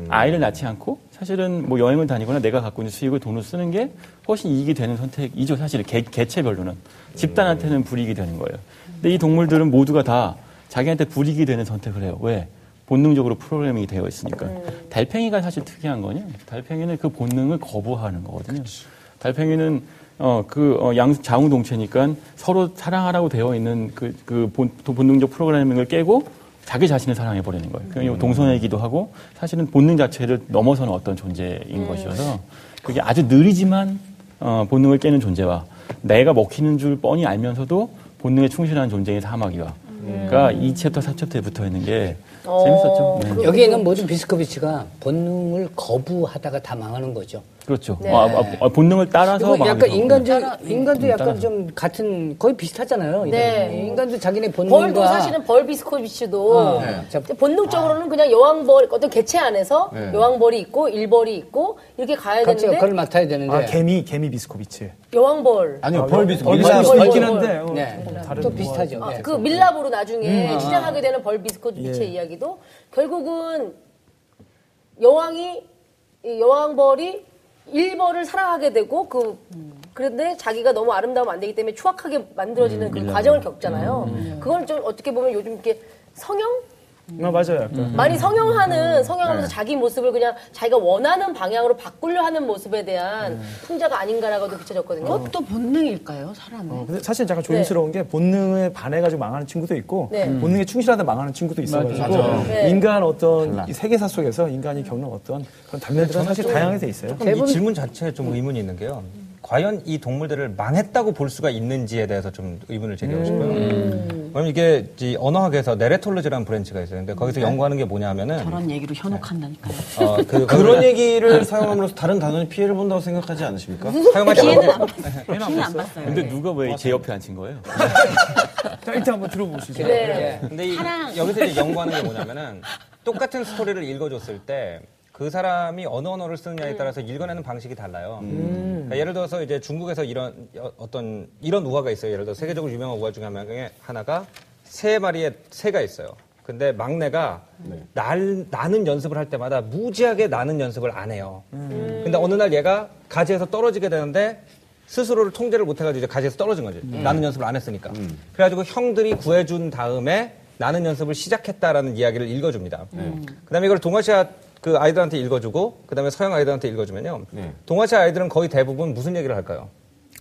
아이를 낳지 않고 사실은 뭐 여행을 다니거나 내가 갖고 있는 수익을 돈으로 쓰는 게 훨씬 이익이 되는 선택이죠. 사실 개, 개체별로는 집단한테는 불이익이 되는 거예요. 근데 이 동물들은 모두가 다 자기한테 불이익이 되는 선택을 해요. 왜? 본능적으로 프로그래밍이 되어 있으니까. 네. 달팽이가 사실 특이한 거냐? 달팽이는 그 본능을 거부하는 거거든요. 달팽이는 어, 그, 어, 양, 자웅동체니까 서로 사랑하라고 되어 있는 그, 그 본, 본능적 프로그래밍을 깨고 자기 자신을 사랑해버리는 거예요. 그냥 동성애이기도 하고 사실은 본능 자체를 넘어서는 어떤 존재인 것이어서 그게 아주 느리지만 어, 본능을 깨는 존재와 내가 먹히는 줄 뻔히 알면서도 본능에 충실한 존재인 사마귀와 그러니까 이 챕터, 사 챕터에 붙어 있는 게 어, 재밌었죠. 네. 여기 있는 모든 비스코비치가 본능을 거부하다가 다 망하는 거죠. 그렇죠. 아, 아, 아, 본능을 따라서 이거 막 약간 하는 거구나. 인간도 인간도 음, 약간 따라서. 좀 같은 거의 비슷하잖아요. 네. 인간도 자기네 본능과 벌도 사실은 벌 비스코비치도 어, 네. 근데 본능적으로는 그냥 여왕벌 어떤 개체 안에서 네. 여왕벌이 있고 일벌이 있고 이렇게 가야 각자 되는데 역할을 맡아야 되는데 아 개미 개미 비스코비치. 여왕벌 아니요, 벌 비슷. 얼굴이 벌, 벌, 비슷하긴 벌. 한데 어, 네. 좀 또 다른 비슷하죠. 아, 네. 음. 아. 그 밀랍으로 나중에 시장하게 되는 벌 비스코비치의 예. 이야기도 결국은 여왕이 이 여왕벌이 일벌을 사랑하게 되고 그 그런데 자기가 너무 아름다우면 안 되기 때문에 추악하게 만들어지는 음. 그 과정을 겪잖아요. 그건 좀 어떻게 보면 요즘 이렇게 성형 아, 맞아요. 약간. 많이 성형하는 성형하면서 자기 모습을 그냥 자기가 원하는 방향으로 바꾸려 하는 모습에 대한 풍자가 아닌가라고도 비춰졌거든요. 네. 그것도 본능일까요, 사람은? 어, 근데 사실 약간 조심스러운 게 본능에 반해가지고 망하는 친구도 있고 네. 음. 본능에 충실하다 망하는 친구도 있어가지고 네. 인간 어떤 이 세계사 속에서 인간이 겪는 어떤 그런 단면들은 사실 다양하게 돼 있어요. 조금 이 질문 자체에 좀 의문이 있는 게요. 과연 이 동물들을 망했다고 볼 수가 있는지에 대해서 좀 의문을 제기하고 싶어요. 왜냐면 이게 이 언어학에서 네레톨로지라는 브랜치가 있어요. 근데 거기서 연구하는 게 뭐냐면은 저런 얘기로 현혹한다니까요. 어, (laughs) 그 그런 얘기를 사용함으로써 다른 단어는 피해를 본다고 생각하지 않으십니까? 사용하지 않아요. 피해는 안 봤어요. 피해는 안 봤어요. 근데 그 누가 왜 제 옆에 앉힌 거예요? 자, 일단 한번 들어보시죠. 네. 근데 이- 사랑. 여기서 이제 연구하는 게 뭐냐면은 똑같은 스토리를 읽어줬을 때 그 사람이 어느 언어를 쓰느냐에 따라서 읽어내는 방식이 달라요. 그러니까 예를 들어서 이제 중국에서 이런 여- 어떤 이런 우화가 있어요. 예를 들어 세계적으로 유명한 우화 중에 한 명에 하나가 세 마리의 새가 있어요. 근데 막내가 날, 나는 연습을 할 때마다 무지하게 나는 연습을 안 해요. 근데 어느 날 얘가 가지에서 떨어지게 되는데 스스로를 통제를 못해가지고 이제 가지에서 떨어진 거지. 음. 나는 연습을 안 했으니까. 그래가지고 형들이 구해준 다음에 나는 연습을 시작했다라는 이야기를 읽어줍니다. 네. 그다음에 이걸 동아시아 그 아이들한테 읽어주고 그다음에 서양 아이들한테 읽어주면요. 네. 동아시아 아이들은 거의 대부분 무슨 얘기를 할까요?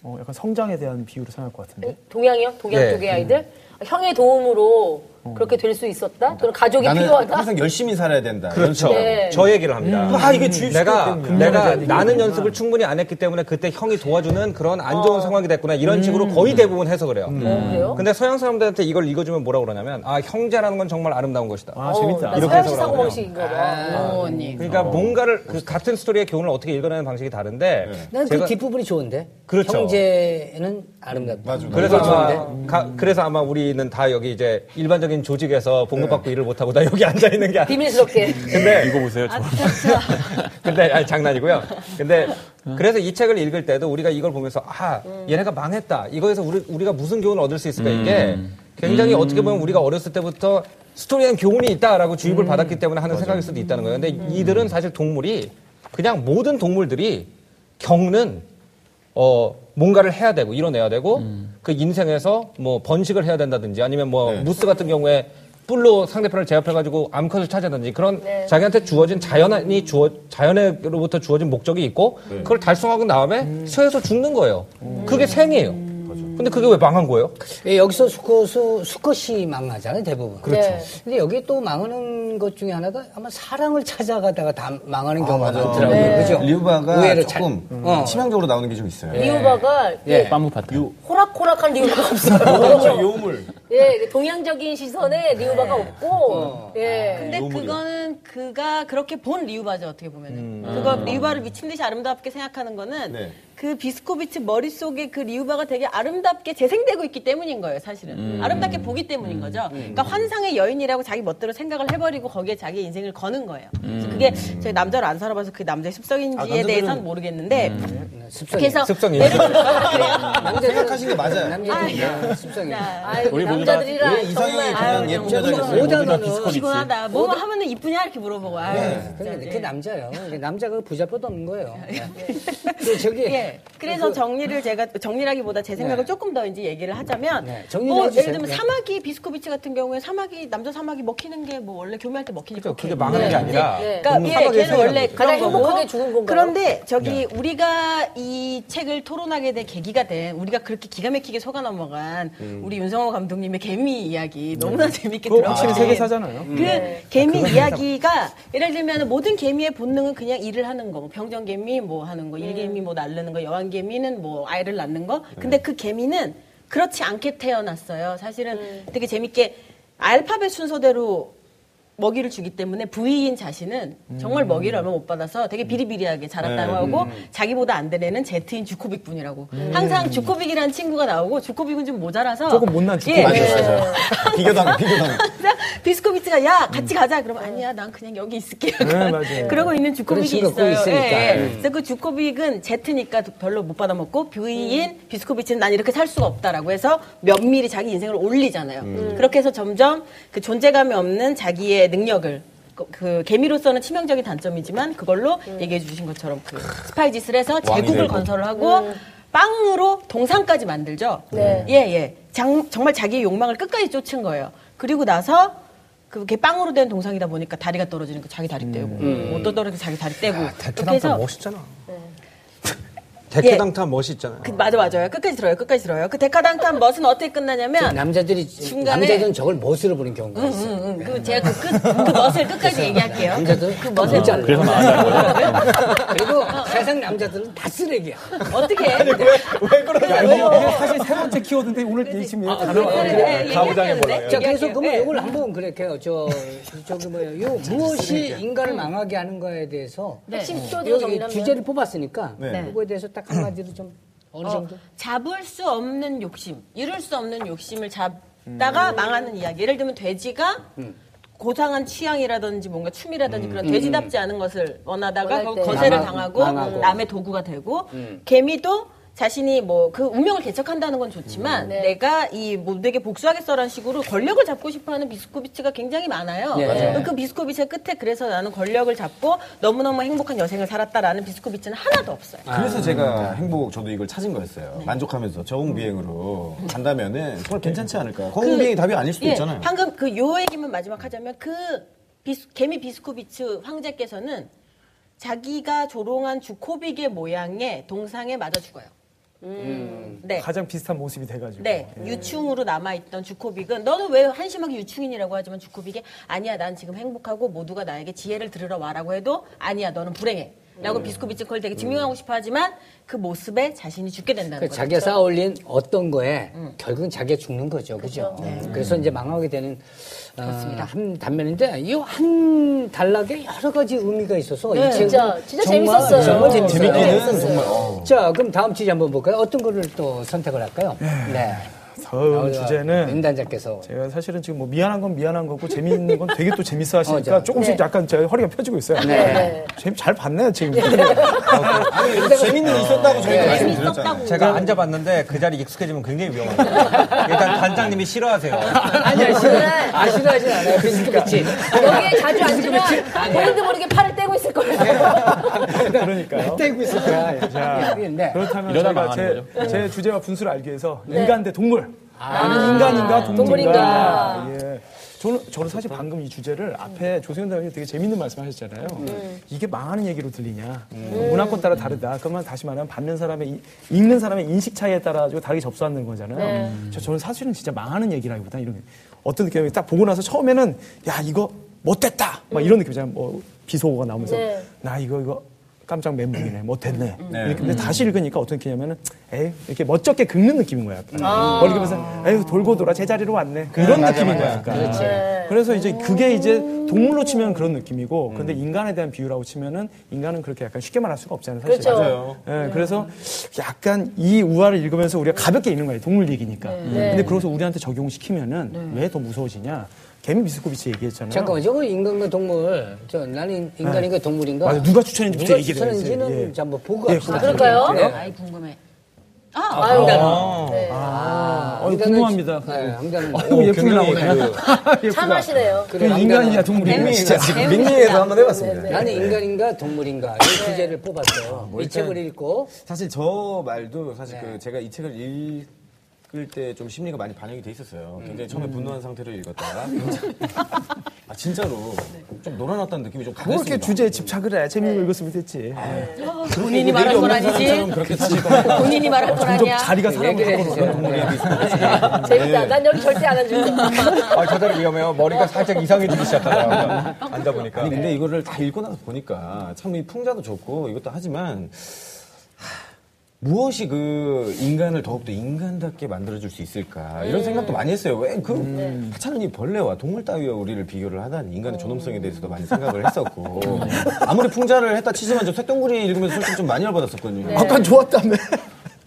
어, 약간 성장에 대한 비유로 생각할 것 같은데. 음, 동양이요? 동양 네. 쪽의 아이들? 형의 도움으로 그렇게 될 수 있었다? 또는 가족이 나는 필요하다? 항상 열심히 살아야 된다. 그렇죠. 네. 저 얘기를 합니다. 음. 아, 이게 음. 주입식 내가 때문이야. 내가 나는 연습을 충분히 안 했기 때문에 그때 형이 도와주는 그런 안 좋은 상황이 됐구나 이런 식으로 거의 대부분 해석을 해요. 그래요? 근데 서양 사람들한테 이걸 읽어주면 뭐라고 그러냐면 아 형제라는 건 정말 아름다운 것이다. 어, 아 재밌다. 나 이렇게 서양식 해석을 사고방식인가 봐. 어, 언니. 그러니까 뭔가를 그 같은 스토리의 교훈을 어떻게 읽어내는 방식이 다른데 난 그 제가- 뒷부분이 좋은데 그렇죠. 형제는 아름답다. 맞아. 그래서 좋은데? 아마 가- 그래서 아마 우리는 다 여기 이제 일반적인 조직에서 봉급받고 일을 못 하고 다 여기 (laughs) 앉아 있는 게 아니- 비밀스럽게. 근데 이거 보세요. 저 네, (laughs) 근데 아니, 장난이고요. 근데 그래서 이 책을 읽을 때도 우리가 이걸 보면서 아 얘네가 망했다. 이거에서 우리 우리가 무슨 교훈을 얻을 수 있을까 이게 굉장히 어떻게 보면 우리가 어렸을 때부터 스토리엔 교훈이 있다라고 주입을 받았기 때문에 하는 생각일 수도 있다는 거예요. 근데 이들은 사실 동물이 그냥 모든 동물들이 겪는 어 뭔가를 해야 되고 이뤄내야 되고 그 인생에서 뭐 번식을 해야 된다든지 아니면 뭐 무스 같은 경우에 뿔로 상대편을 제압해가지고 암컷을 찾아든지 그런 네. 자기한테 주어진 자연이 주어 자연으로부터 주어진 목적이 있고 그걸 달성하고 나면 쇠에서 죽는 거예요. 그게 생이에요. 근데 그게 왜 망한 거예요? 예, 여기서 수컷, 수컷이 망하잖아요, 대부분. 그렇죠. 네. 근데 여기 또 망하는 것 중에 하나가 아마 사랑을 찾아가다가 다 망하는 경우가 많더라고요. 네. 네. 그죠? 리우바가 의외로 잘- 조금 어. 치명적으로 네. 나오는 게 좀 있어요. 리우바가 예. 빠무파트. (laughs) 네. 호락호락한 리우바가 없어요. 요물. 예, 동양적인 시선에 리우바가 없고, 예. 근데 그거는 그가 그렇게 본 리우바죠 어떻게 보면은 그거 리우바를 미친 듯이 아름답게 생각하는 거는 네. 그 비스코비치 머릿속에 그 리우바가 되게 아름답게 재생되고 있기 때문인 거예요 사실은 아름답게 보기 때문인 거죠 그러니까 환상의 여인이라고 자기 멋대로 생각을 해버리고 거기에 자기 인생을 거는 거예요 그래서 그게 제가 남자를 안 살아봐서 그 남자의 습성인지에 대해서는 모르겠는데 음, 네, 습성이. (laughs) 그래서 습성이에요. 예를 들어 생각하신 게 맞아요. 남자들이 습성이. 예. 아이고, 우리 모두 다 예, 남자들이랑 정말 아유, 그냥 예쁜 정말. 여자였어요? 오다노는 피곤하다 뭐 하면은 이쁘냐 이렇게 물어보고 네. 아유 진짜. 근데 예. 그 남자요. 이게 남자가 부자보다 없는 거예요. 그 저기 네. 예. 그래서 정리를 제가 정리라기보다 제 생각을 조금 더 이제 얘기를 하자면 네, 정리를 뭐 해주세요. 예를 들면 네. 사마귀 비스코비치 같은 경우에 사마귀 남자 사마귀 먹히는 게 뭐 원래 교묘할 때 먹히니까 그렇죠. 그게 망하는 게 아니라 그러니까 음, 예, 사막에서 걔는 원래 살아남은 그런 가장 거고. 행복하게 죽은 건가요? 그런데 저기 우리가 이 책을 토론하게 된 계기가 된 우리가 그렇게 기가 막히게 속아 넘어간 우리 윤성호 감독님의 개미 이야기 너무나 재밌게 그거 들어. 확실히 세계사잖아요. 그 개미 이야기가 예를 들면 모든 개미의 본능은 그냥 일을 하는 거, 뭐 병정 개미 뭐 하는 거, 일개미 뭐 날르는 거, 여왕 개미는 뭐 아이를 낳는 네. 거. 근데 그 개미는 그렇지 않게 태어났어요. 사실은 되게 재밌게 알파벳 순서대로 먹이를 주기 때문에 부위인 자신은 음. 정말 먹이를 얼마 못 받아서 되게 비리비리하게 자랐다고 하고 네. 자기보다 안 된 애는 제트인 주코빅 분이라고 항상 주코빅이라는 친구가 나오고 주코빅은 좀 모자라서 음. 조금 못난 예. 주코빅. 맞아요. 네. 비교당, 비교당. 항상 비스코비치가 야 같이 가자 그러면 아니야 난 그냥 여기 있을게 네, 맞아요. 그러고 있는 주코빅이 그런 친구가 꼭 있어요 있으니까. 그래서 그 주코빅은 제트니까 별로 못 받아먹고 뷰이인 비스코비치는 난 이렇게 살 수가 없다라고 해서 면밀히 자기 인생을 올리잖아요 그렇게 해서 점점 그 존재감이 없는 자기의 능력을 그- 그 개미로서는 치명적인 단점이지만 그걸로 얘기해 주신 것처럼 그 스파이짓을 해서 제국을 건설을 하고 빵으로 동상까지 만들죠. 네. 예, 예. 장- 정말 자기의 욕망을 끝까지 쫓은 거예요. 그리고 나서 그게 빵으로 된 동상이다 보니까 다리가 떨어지는 거 자기 다리 떼고 옷도 떨어지고 자기 다리 떼고 이렇게 아, 대퇴당탄 해서 네. 예. 멋있잖아. 대퇴당탄 멋있잖아요. 그- 맞아 맞아요. 끝까지 들어요. 끝까지 들어요. 그 데카당탄 멋은 어떻게 끝나냐면 남자들이 중간에- 남자들은 저걸 멋으로 보는 경우가 있어요. 응, 응. 그 제가 그, 끝, 그 멋을 끝까지 (laughs) 얘기할게요. 남자들 또그 멋을 어, 모자 안 그래서 나왔요 네. 그리고 세상 남자들은 다 쓰레기야. 어. 어떻게 네, 해? 이게 사실 세 번째 키워드인데 오늘 이 아, 지금 네. 네, 가부장에 자, 그래서 그러면 예. 이걸 한번 그렇게요. 저 저기 뭐예요? 요 무엇이 인간을 망하게 하는 거에 대해서 네. 어, 핵심 키워드로 여기 정리하면. 주제를 뽑았으니까 네. 그거에 대해서 딱 한마디로 좀 음. 어느 정도. 잡을 수 없는 욕심, 이룰 수 없는 욕심을 잡다가 망하는 이야기. 예를 들면 돼지가 고상한 취향이라든지 뭔가 춤이라든지 그런 돼지답지 않은 것을 원하다가 원할 결국 때. 거세를 망하- 당하고 망하고. 남의 도구가 되고 개미도 자신이 뭐 그 운명을 개척한다는 건 좋지만 네. 내가 이 모두에게 복수하겠어라는 식으로 권력을 잡고 싶어하는 비스코비치가 굉장히 많아요. 그 비스코비치의 끝에 그래서 나는 권력을 잡고 너무너무 행복한 여생을 살았다라는 비스코비치는 하나도 없어요. 그래서 제가 행복 저도 이걸 찾은 거였어요. 만족하면서 저공비행으로 간다면은 정말 괜찮지 않을까. 저공비행이 어, 답이 아닐 수도 예, 있잖아요. 방금 그 요 얘기만 마지막 하자면 그 비스- 개미 비스코비츠 황제께서는 자기가 조롱한 주코빅의 모양의 동상에 맞아 죽어요. 음. 네. 가장 비슷한 모습이 돼가지고. 네, 유충으로 남아있던 주코빅은 너는 왜 한심하게 유충인이라고 하지만 주코빅이 아니야 난 지금 행복하고 모두가 나에게 지혜를 들으러 와라고 해도 아니야 너는 불행해 음. 라고 비스코비츠 그걸 되게 증명하고 싶어 하지만 그 모습에 자신이 죽게 된다는 그 거죠 자기가 쌓아올린 어떤 거에 결국은 자기가 죽는 거죠, 그죠? 음. 그래서 이제 망하게 되는 어, 한 단면인데 이 한 단락에 여러 가지 의미가 있어서 이 책은 진짜, 진짜 정말, 재밌었어요. 정말 재밌어요. 네. 재밌기는 정말. 어. 자, 그럼 다음 주제 한번 볼까요? 어떤 거를 또 선택을 할까요? 네. 다음 주제는 네. 윤단자께서 제가 사실은 지금 뭐 미안한 건 미안한 거고 재미있는 건 되게 또 재밌어 하시니까 어, 저- 조금씩 네. 약간 제가 허리가 펴지고 있어요. 네. 재미 잘 봤네요, 지금. 네. 아니, 재밌는 일 있었다고 저희가 말씀드렸잖아요. 재밌었다고 제가 앉아봤는데 그 자리 익숙해지면 굉장히 위험합니다. 일단 단장님이 (laughs) 싫어하세요. 아니 아시나 아시나 않아요 그러니까. 비스크비치 (laughs) 여기에 자주 앉으면 본인도 모르게 팔을 떼고 있을 거예요. (laughs) 네. 그러니까요. 떼고 있을 거야 자, 네. 그렇다면 이러다 저희가 망하는 제, 제 주제와 분수를 알기 위해서 인간 대 동물. 나는 인간인가 동물인가. 동물인가. 예. 저는, 저는 사실 방금 이 주제를 앞에 조세현 대표님 되게 재밌는 말씀 하셨잖아요. 이게 망하는 얘기로 들리냐. 뭐 문화권 따라 다르다. 그러면 다시 말하면 받는 사람의, 이- 읽는 사람의 인식 차이에 따라 가지고 다르게 접수하는 거잖아요. 음. 저, 저는 사실은 진짜 망하는 얘기라기보다 이런 어떤 느낌이 딱 보고 나서 처음에는 야, 이거 못됐다! 막 이런 느낌이잖아요. 뭐 비속어가 나오면서 네. 나 이거 이거 깜짝 멘붕이네. 뭐 됐네. 네. 이렇게 근데 다시 읽으니까 어떤 느낌이냐면은 에이 이렇게 멋쩍게 긁는 느낌인 거야. 음. 머리 긁면서 에휴 돌고 돌아 제자리로 왔네. 이런 느낌인 거야. 그러니까. 그래서 이제 그게 이제 동물로 치면 그런 느낌이고 근데 인간에 대한 비유라고 치면은 인간은 그렇게 약간 쉽게 말할 수가 없잖아요. 사실. 그렇죠. 맞아요. 예, 그래서 약간 이 우화를 읽으면서 우리가 가볍게 읽는 거예요. 동물 얘기니까. 음. 근데 그래서 우리한테 적용시키면은 왜 더 무서워지냐? 개미 비스코비치 얘기했잖아요. 잠깐만, 저거 인간과 동물. 저 나는 인간인가 동물인가? 맞아, 누가 추천했는지부터 누가 얘기를 해야 되지. 추천했는지는 예. 이제 한번 보고 합시다. 아, 그럴까요? 네. 아이 궁금해. 예. 아, 아유, 아, 어이, 인간은- 궁금합니다. 네, 황자는 오, (laughs) 예쁘게 나오네. 참하시네요. 그 인간이냐 동물이냐. 진짜 지금 밍밍해서 한번 해봤습니다. 나는 인간인가 동물인가 네. 이 주제를 뽑았어요. 이 책을 읽고 사실 저 말도 사실 그 제가 이 책을 읽을 때 좀 심리가 많이 반영이 돼 있었어요. 굉장히 처음에 분노한 상태로 읽었다가 아 진짜로 좀 놀아놨다는 느낌이 좀 뭐 이렇게 강했습니다. 주제에 집착을 해. 재미로 읽었으면 됐지. 본인이 말할 건 아니지. 그렇게 사실 거 본인이 어, 말할 건 아니야. 자리가 사람을 얘기를 해주세요. 재밌다. 난 여기 절대 안 (laughs) 앉을게. 아, 저대로 위험해요. 머리가 살짝 이상해지기 시작하더라고요. 앉아 그러니까 보니까. 아니 네. 근데 이거를 다 읽고 나서 보니까 참 이 풍자도 좋고 이것도 하지만 하, 무엇이 그 인간을 더욱더 인간답게 만들어줄 수 있을까 네. 이런 생각도 많이 했어요. 왜그 음. 하찮은 이 벌레와 동물 따위와 우리를 비교를 하다니 어. 인간의 존엄성에 대해서도 많이 생각을 (laughs) 했었고 네. 아무리 풍자를 했다 치지만 저 쇳덩구리 읽으면서 솔직히 좀 많이 열받았었거든요. 네. 약간 좋았다며.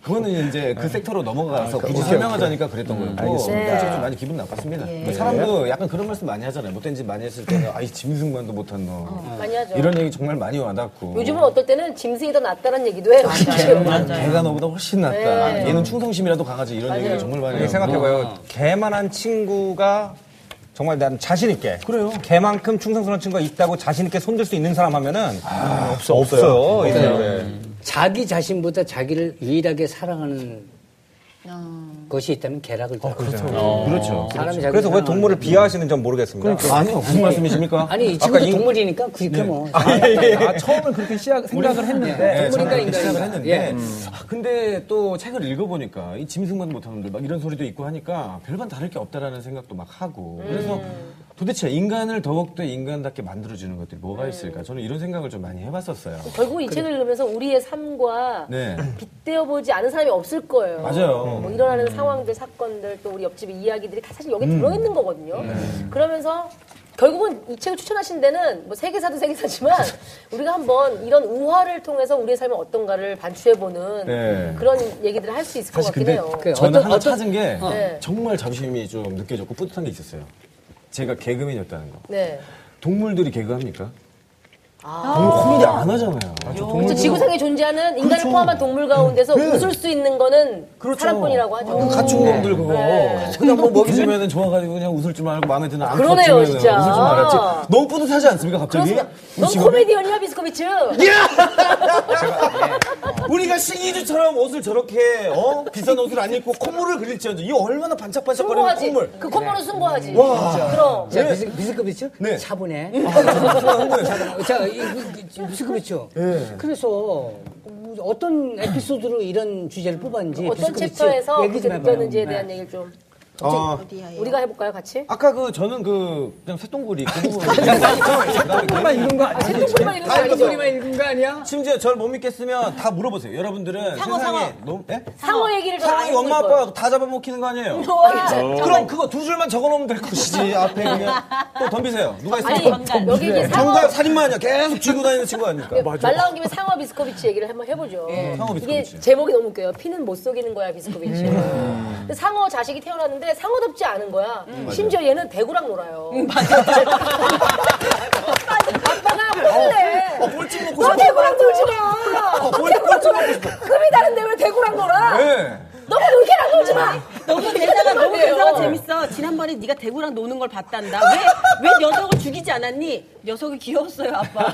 그거는 이제 그 섹터로 넘어가서 굳이 설명하자니까 그랬던 거였고 아, 그렇죠. 음. 알겠습니다. 예. 솔직히 좀 많이 기분 나빴습니다. 사람도 약간 그런 말씀 많이 하잖아요. 못된 짓 많이 했을 때는 아이 짐승만도 못한 너. 많이 하죠. 이런 얘기 정말 많이 와닿고 요즘은 어떨 때는 짐승이 더 낫다는 얘기도 해요. 맞아요. 네. 걔가 너보다 훨씬 낫다. 얘는 충성심이라도 강하지 이런 얘기가 정말 많이 하고. 이게 생각해봐요. 개만한 친구가 정말 난 자신 있게. 그래요. 개만큼 충성스러운 친구가 있다고 자신 있게 손들 수 있는 사람 하면은 아, 없어, 없어요. 이 세상에. 자기 자신보다 자기를 유일하게 사랑하는 어. 것이 있다면 개락을 따라. 그렇죠. 사람이 자기를 그래서 왜 사랑하는- 동물을 비하하시는 점 모르겠습니다. 그러니까. 아니요 네. 그러니까. 무슨 말씀이십니까? 아니 이 아까 친구도 인- (laughs) 동물이니까 그렇게 뭐 아, 처음은 그렇게 시작, 생각을 했는데. 네, 동물인가 저는 그렇게 생각을 인간인가. 했는데 예. 아, 근데 또 책을 읽어보니까 이 짐승만 못하는 놈들 막 이런 소리도 있고 하니까 별반 다를 게 없다라는 생각도 막 하고 음. 그래서 도대체 인간을 더욱더 인간답게 만들어주는 것들이 음. 뭐가 있을까 저는 이런 생각을 좀 많이 해봤었어요 결국 이 책을 읽으면서 우리의 삶과 네 빗대어 보지 않은 사람이 없을 거예요. 맞아요. 뭐 일어나는 상황들, 사건들, 또 우리 옆집의 이야기들이 다 사실 음. 여기 들어있는 거거든요. 네. 그러면서 결국은 이 책을 추천하신 데는 뭐 (laughs) 세계사도 세계사지만 우리가 한번 이런 우화를 통해서 우리의 삶은 어떤가를 반추해보는 네. 그런 얘기들을 할 수 있을 것 사실 같긴 근데 해요. 그 저는 어떤- 하나 어떤- 찾은 게 네. 정말 자부심이 좀 느껴졌고 뿌듯한 게 있었어요 제가 개그맨이었다는 거 네. 동물들이 개그합니까? 아. 동물 코미디 안 하잖아요 어, 그렇죠. 지구상에 존재하는 인간을 그렇죠. 포함한 동물 가운데서 웃을 수 있는 거는 사람뿐이라고 하죠. 네. 완전 가축놈들 그 그렇죠. 그거. 그냥 뭐 먹이 주면은 좋아가지고 그냥 웃을 줄 알고 마음에 드는 안 그러네요, 컸으면은 진짜. 아. 웃을 줄 알았지. 너무 뿌듯하지 않습니까 갑자기? 그렇습니다. 우리 넌 직업이 코미디언이야, 비스코비츠? 우리가 신이주처럼 옷을 저렇게 어? 비싼 옷을 안 입고 콧물을 그릴지언정 이 얼마나 반짝반짝거리는 승부하지. 콧물. 그 콧물은 승부하지. 그럼. 자 미스, 미스코비츠 네. 차분해 한 거예요. 자 이- 이- 이- 미스코비츠 그래서 어떤 에피소드로 이런 주제를 뽑았는지 어떤 예, 미스코비츠 챕터에서 얘기 그렇게 좀 해봐요. 느꼈는지에 대한 네. 얘기를 좀 아, 우리가 해볼까요 같이? 아까 그 저는 그 그냥 새똥구리 그 부분. 새똥구리만 이런 거 아, 새똥구리만 읽는 거 아니, 아니죠? 소리만 읽은 거 음. 아니야? 심지어 저를 못 믿겠으면 다 물어보세요. 여러분들은 상어, 세상에 상어. 너무 예? 상어 얘기를 좀 사랑이 알고 엄마 싶어요. 아빠 다 잡아먹히는 거 아니에요? 그럼 그거 두 줄만 적어놓으면 될 것이지 앞에 그냥 또 덤비세요 누가 있어요? 아니 여기 네. 이제 상어 정답 살인마 아니야 계속 쥐고 다니는 친구 아닙니까? 말 나온 김에 상어 비스코비치 얘기를 한번 해보죠. 상어 이게 비스코비치. 음. 제목이 너무 웃겨요. 피는 못 속이는 거야 비스코비치. 근데 상어 자식이 태어났는데 상어답지 않은 거야. 심지어 얘는 대구랑 놀아요. 음, 맞아. 아빠가 혼내. 어, 꼴찌 먹고 싶어. 너 어, 대구랑 놀지 마. 꼴- 대구랑 꼴찌 놀아. 급이 다른데 왜 대구랑 놀아? 네. 너무 놀개랑 놀지 마. 너무 대사가 너무 그래요. 대사가 재밌어. 지난번에 네가 대구랑 노는 걸 봤단다. 왜 왜 녀석을 죽이지 않았니? 녀석이 귀여웠어요, 아빠.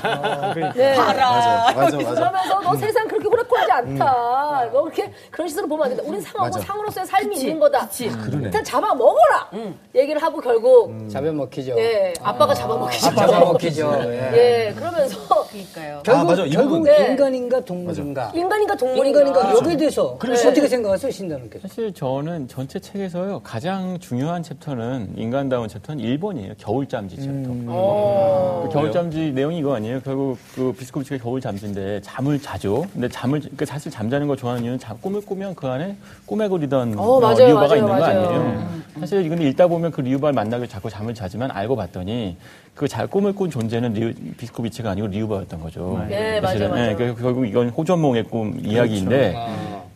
네. 봐라. 맞아, 그러면서 음. 너 세상 그렇게 호락호락하지 않다. 너 그렇게 그런 식으로 보면 안 된다. 우린 상하고 상으로서의 삶이 있는 거다. 음, 일단 잡아 먹어라. 얘기를 하고 결국 잡혀먹히죠 예 아빠가 잡아먹기 죠 잡혀먹히죠 예. 예 그러면서 (laughs) 그러니까요. 결국, 맞아, 이 결국 부분. 네. 인간인가 동물인가 인간인가 동물인가 인간인가 여기에 대해서 어떻게 생각하세요 신다는께서 사실 저는 전 전체 책에서요 가장 중요한 챕터는 인간다운 챕터는 1번이에요. 겨울잠지 챕터. 음. 어. 그 겨울잠지 내용이 이거 아니에요? 결국 그 비스코비치가 겨울잠지인데 잠을 자죠. 근데 잠을 그 사실 잠자는 거 좋아하는 이유는 잠, 꿈을 꾸면 그 안에 꿈에 그리던 어, 어, 맞아요, 리우바가 맞아요, 음, 있는 거 맞아요. 아니에요? 사실 근데 읽다 보면 그 리우바를 만나기 위해 자꾸 잠을 자지만 알고 봤더니 그 잘 꿈을 꾼 존재는 리우, 비스코비치가 아니고 리우바였던 거죠. 네, 맞아요, 맞아요. 예, 그- 결국 이건 호전몽의 꿈 이야기인데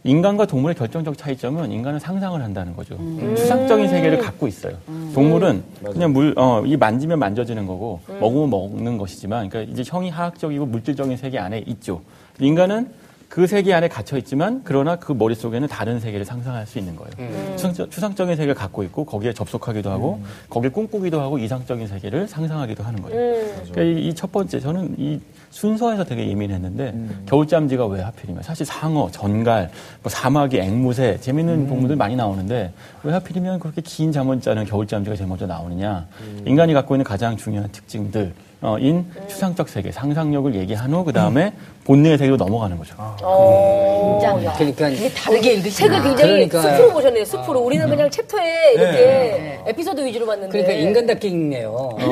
인간과 동물의 결정적 차이점은 인간은 상상을 한다는 거죠. 음. 음. 추상적인 세계를 갖고 있어요. 동물은 그냥 물, 어, 이 만지면 만져지는 거고 음. 먹으면 먹는 것이지만, 그러니까 이제 형이 화학적이고 물질적인 세계 안에 있죠. 인간은 그 세계 안에 갇혀 있지만, 그러나 그 머릿속에는 다른 세계를 상상할 수 있는 거예요. 음. 음. 추상적- 추상적인 세계를 갖고 있고, 거기에 접속하기도 하고, 음. 거기에 꿈꾸기도 하고, 이상적인 세계를 상상하기도 하는 거예요. 음. 그러니까 이 첫 번째 저는 이 순서에서 되게 예민했는데 음. 겨울잠지가 왜 하필이면 사실 상어, 전갈, 뭐 사마귀, 앵무새 재밌는 음. 동물들 많이 나오는데 왜 하필이면 그렇게 긴 잠을 자는 겨울잠지가 제일 먼저 나오느냐 음. 인간이 갖고 있는 가장 중요한 특징들 어, 인 추상적 세계, 상상력을 얘기한 후 그 다음에 본능의 세계로 넘어가는 거죠. 아. 어, 진짜. 야. 그러니까 이게 다르게 아, 읽으시 책을 굉장히 아, 그러니까요. 아. 음. 숲으로 보셨네요. 숲으로 우리는 그냥 챕터에 이렇게 에피소드 위주로 봤는데. 네. 그러니까 인간답게 읽네요. (laughs)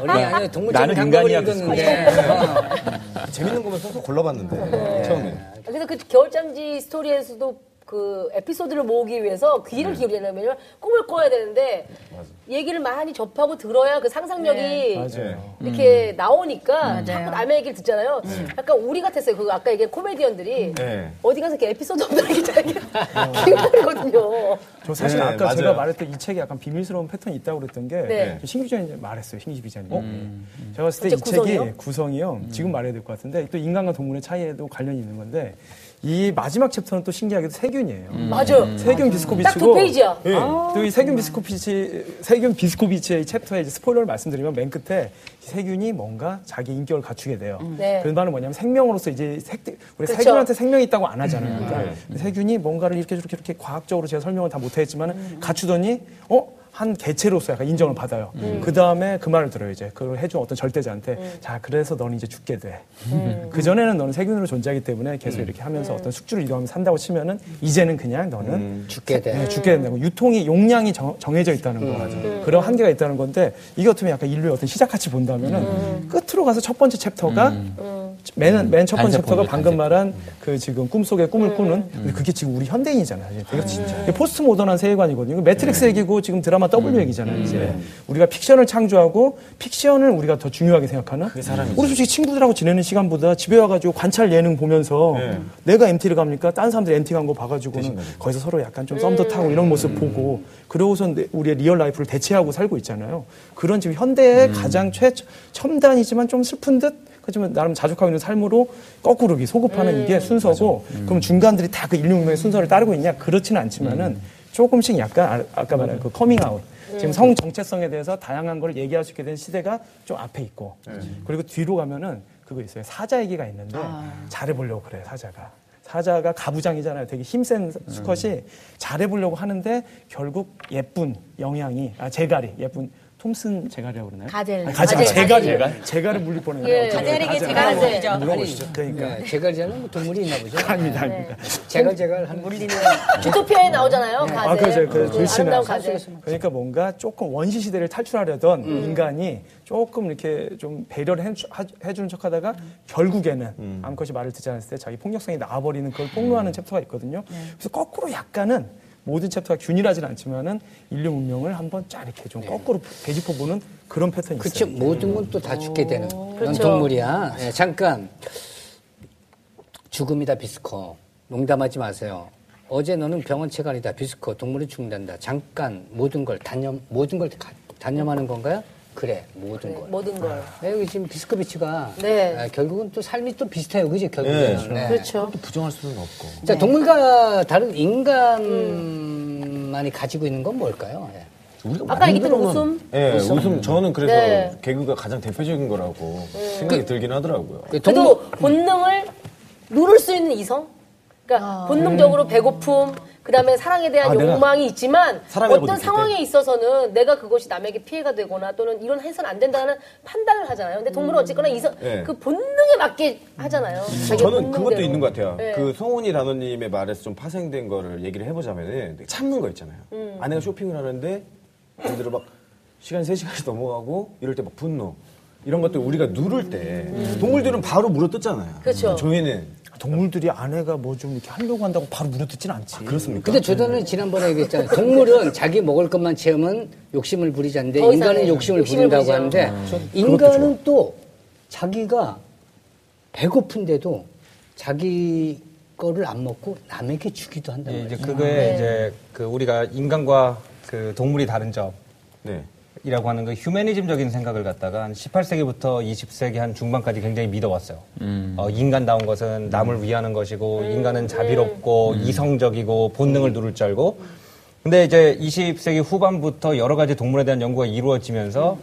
원래 아니 동물적인 나는 감각을 인간이야, 읽었는데 어, 재밌는 거만 써서 골라봤는데 네. 처음에 그래서 그 겨울잠지 스토리에서도 그 에피소드를 모으기 위해서 네. 귀를 기울이려면 왜냐면 꿈을 꿔야 되는데 얘기를 많이 접하고 들어야 그 네. 상상력이 네. 이렇게 음. 나오니까 자꾸 남의 얘기를 듣잖아요. 네. 약간 우리 같았어요. 그 아까 얘기한 코미디언들이 네. 어디 가서 이렇게 에피소드 없는 얘기 (laughs) 다 이렇게 기울거든요. 저 사실 네, 아까 제가 맞아요. 말했던 이 책에 약간 비밀스러운 패턴이 있다고 그랬던 게 네. 저 신규 기자님 말했어요. 신규 기자님. 제가 봤을 때 진짜 이 책이 구성이요? 음. 구성이요. 지금 말해야 될 것 같은데 또 인간과 동물의 차이에도 관련이 있는 건데 이 마지막 챕터는 또 신기하게도 세균이에요. 음. 네. 맞아요. 세균 비스코비치고 네. 딱 두 페이지야. 아. 또 이 세균 비스코비치 세균 비스코비치의 이 챕터에 이제 스포일러를 말씀드리면 맨 끝에 이 세균이 뭔가 자기 인격을 갖추게 돼요. 네. 그런 말은 뭐냐면 생명으로서 이제 색, 우리 그쵸. 세균한테 생명이 있다고 안 하잖아요. 그러니까 세균이 뭔가를 이렇게 저렇게 이렇게 과학적으로 제가 설명을 다 못했지만 갖추더니 어? 한 개체로서 약간 인정을 받아요. 그 다음에 그 말을 들어요, 이제. 그걸 해준 어떤 절대자한테. 자, 그래서 너는 이제 죽게 돼. (laughs) 그전에는 너는 세균으로 존재하기 때문에 계속 이렇게 하면서 어떤 숙주를 이동하면서 산다고 치면은 이제는 그냥 너는 죽게 돼. 네, 죽게 된다고 유통이 용량이 정, 해져 있다는 거 그런 한계가 있다는 건데 이게 어떻게 보면 약간 인류의 어떤 시작같이 본다면은 끝으로 가서 첫 번째 챕터가 맨 맨첫 번째 단세포죠, 챕터가 방금 단세포. 말한 그 지금 꿈속의 꿈을 꾸는 근데 그게 지금 우리 현대인이잖아요. 사실. 되게 이게 포스트 모던한 세계관이거든요. 이거 매트릭스 얘기고 지금 드라마 W 얘기잖아요. 이제 우리가 픽션을 창조하고 픽션을 우리가 더 중요하게 생각하는 우리 솔직히 친구들하고 지내는 시간보다 집에 와가지고 관찰 예능 보면서 내가 MT를 갑니까? 딴 사람들 MT 간 거 네. 봐가지고는 음. 거기서 서로 약간 좀 썸도 타고 이런 모습 보고 그러고선 내- 우리의 리얼 라이프를 대체하고 살고 있잖아요. 그런 지금 현대의 가장 최 첨단이지만 좀 슬픈 듯 하지만 나름 자족하고 있는 삶으로 거꾸로 이렇게 소급하는 이게 순서고 그럼 중간들이 다 그 인류 문명의 순서를 따르고 있냐 그렇지는 않지만은 조금씩 약간 아, 까 말한 그 커밍아웃 지금 성 정체성에 대해서 다양한 걸 얘기할 수 있게 된 시대가 좀 앞에 있고 그리고 뒤로 가면은 그거 있어요 사자 얘기가 있는데 잘해보려고 그래 요 사자가 사자가 가부장이잖아요. 되게 힘센 수컷이 잘해보려고 하는데 결국 예쁜 영향이 아 제갈이 예쁜 톰슨 제갈이라고 그러나요? 가젤. 아니, 가젤 가젤. 제갈이 제갈을 네, 물릴 뻔했네요. 어떻게 가젤에게 제가 물리죠. 그러니까 네, 제갈제는 뭐 동물이 있나 보죠. 네, 아닙니다, 그러니까 아닙니다. 제갈제갈 하는 물리는 주토피아에 나오잖아요. 네. 가세. 네, 아, 그렇죠. 그 글씨나 아름다운 가세. 그러니까 뭔가 조금 원시 시대를 탈출하려던 인간이 조금 이렇게 좀 배려를 해- 하- 해주는 척하다가 결국에는 암컷이 말을 듣지 않았을 때 자기 폭력성이 나와버리는 그걸 폭로하는 챕터가 있거든요. 그래서 거꾸로 약간은 모든 챕터가 균일하진 않지만은 인류 문명을 한번 쫙 이렇게 좀 거꾸로 되짚어 보는 네. 그런 패턴이 그렇죠. 있어요. 모든 건 또 다 죽게 되는. 넌 그렇죠. 동물이야. 예, 잠깐. 죽음이다 비스코. 농담하지 마세요. 어제 너는 병원 체간이다 비스코. 동물은 죽는다. 잠깐 모든 걸 단념 모든 걸 가- 단념하는 건가요? 그래 모든 걸. 모든 걸. 네, 여기 지금 비스코비치가 뭐 네. 예, 결국은 또 삶이 또 비슷해요, 그지 결국은. 네. 그렇죠. 부정할 수는 없고 네. 자 동물과 다른 인간만이 가지고 있는 건 뭘까요? 예. 우리가 아까 얘기했던 만들어놓은- 웃음? 예 웃음, 저는 그래서 네. 음. 개그가 가장 대표적인 거라고 생각이 들긴 하더라고요 그 동물- 아. 그래도 본능을 누를 수 있는 이성? 그러니까 본능적으로 배고픔, 그다음에 사랑에 음. 대한 아, 내가 욕망이 있지만 사람이라고 어떤 느낄 상황에 있어서는 내가 그것이 남에게 피해가 되거나 또는 이런 해선 안 된다는 판단을 하잖아요. 근데 동물은 어쨌거나 이성 네. 음. 그 본능에 맞게 하잖아요. 자기 저는 본능대로. 그것도 있는 것 같아요. 네. 그 송은이 단원님의 말에서 좀 파생된 거를 얘기를 해보자면은 참는 거 있잖아요. 음. 아내가 쇼핑을 하는데 예를 들어 막 시간 3시간이 넘어가고 이럴 때 막 분노. 이런 것들 우리가 누를 때 동물들은 바로 물어뜯잖아요. 음. 그렇죠. 저희는 동물들이 아내가 뭐 좀 이렇게 하려고 한다고 바로 물어뜯진 않지. 그렇습니까? 근데 네. 조던은 지난번에 얘기했잖아요. 동물은 자기 먹을 것만 채우면 욕심을 부리지 않는데 더 인간은 이상해. 욕심을, 욕심을 부린다고 부리죠. 아, 그렇죠. 하는데 인간은 또 자기가 배고픈데도 자기 거를 안 먹고 남에게 주기도 한단 예, 예, 이제 말이에요. 그거에 음. 이제 그 우리가 인간과 그 동물이 다른 점 네. 이라고 하는 그 휴머니즘적인 생각을 갖다가 한 18세기부터 20세기 한 중반까지 굉장히 믿어왔어요. 음. 어, 인간다운 것은 남을 위하는 것이고 음. 인간은 자비롭고 음. 이성적이고 본능을 누를 줄 알고 근데 이제 20세기 후반부터 여러 가지 동물에 대한 연구가 이루어지면서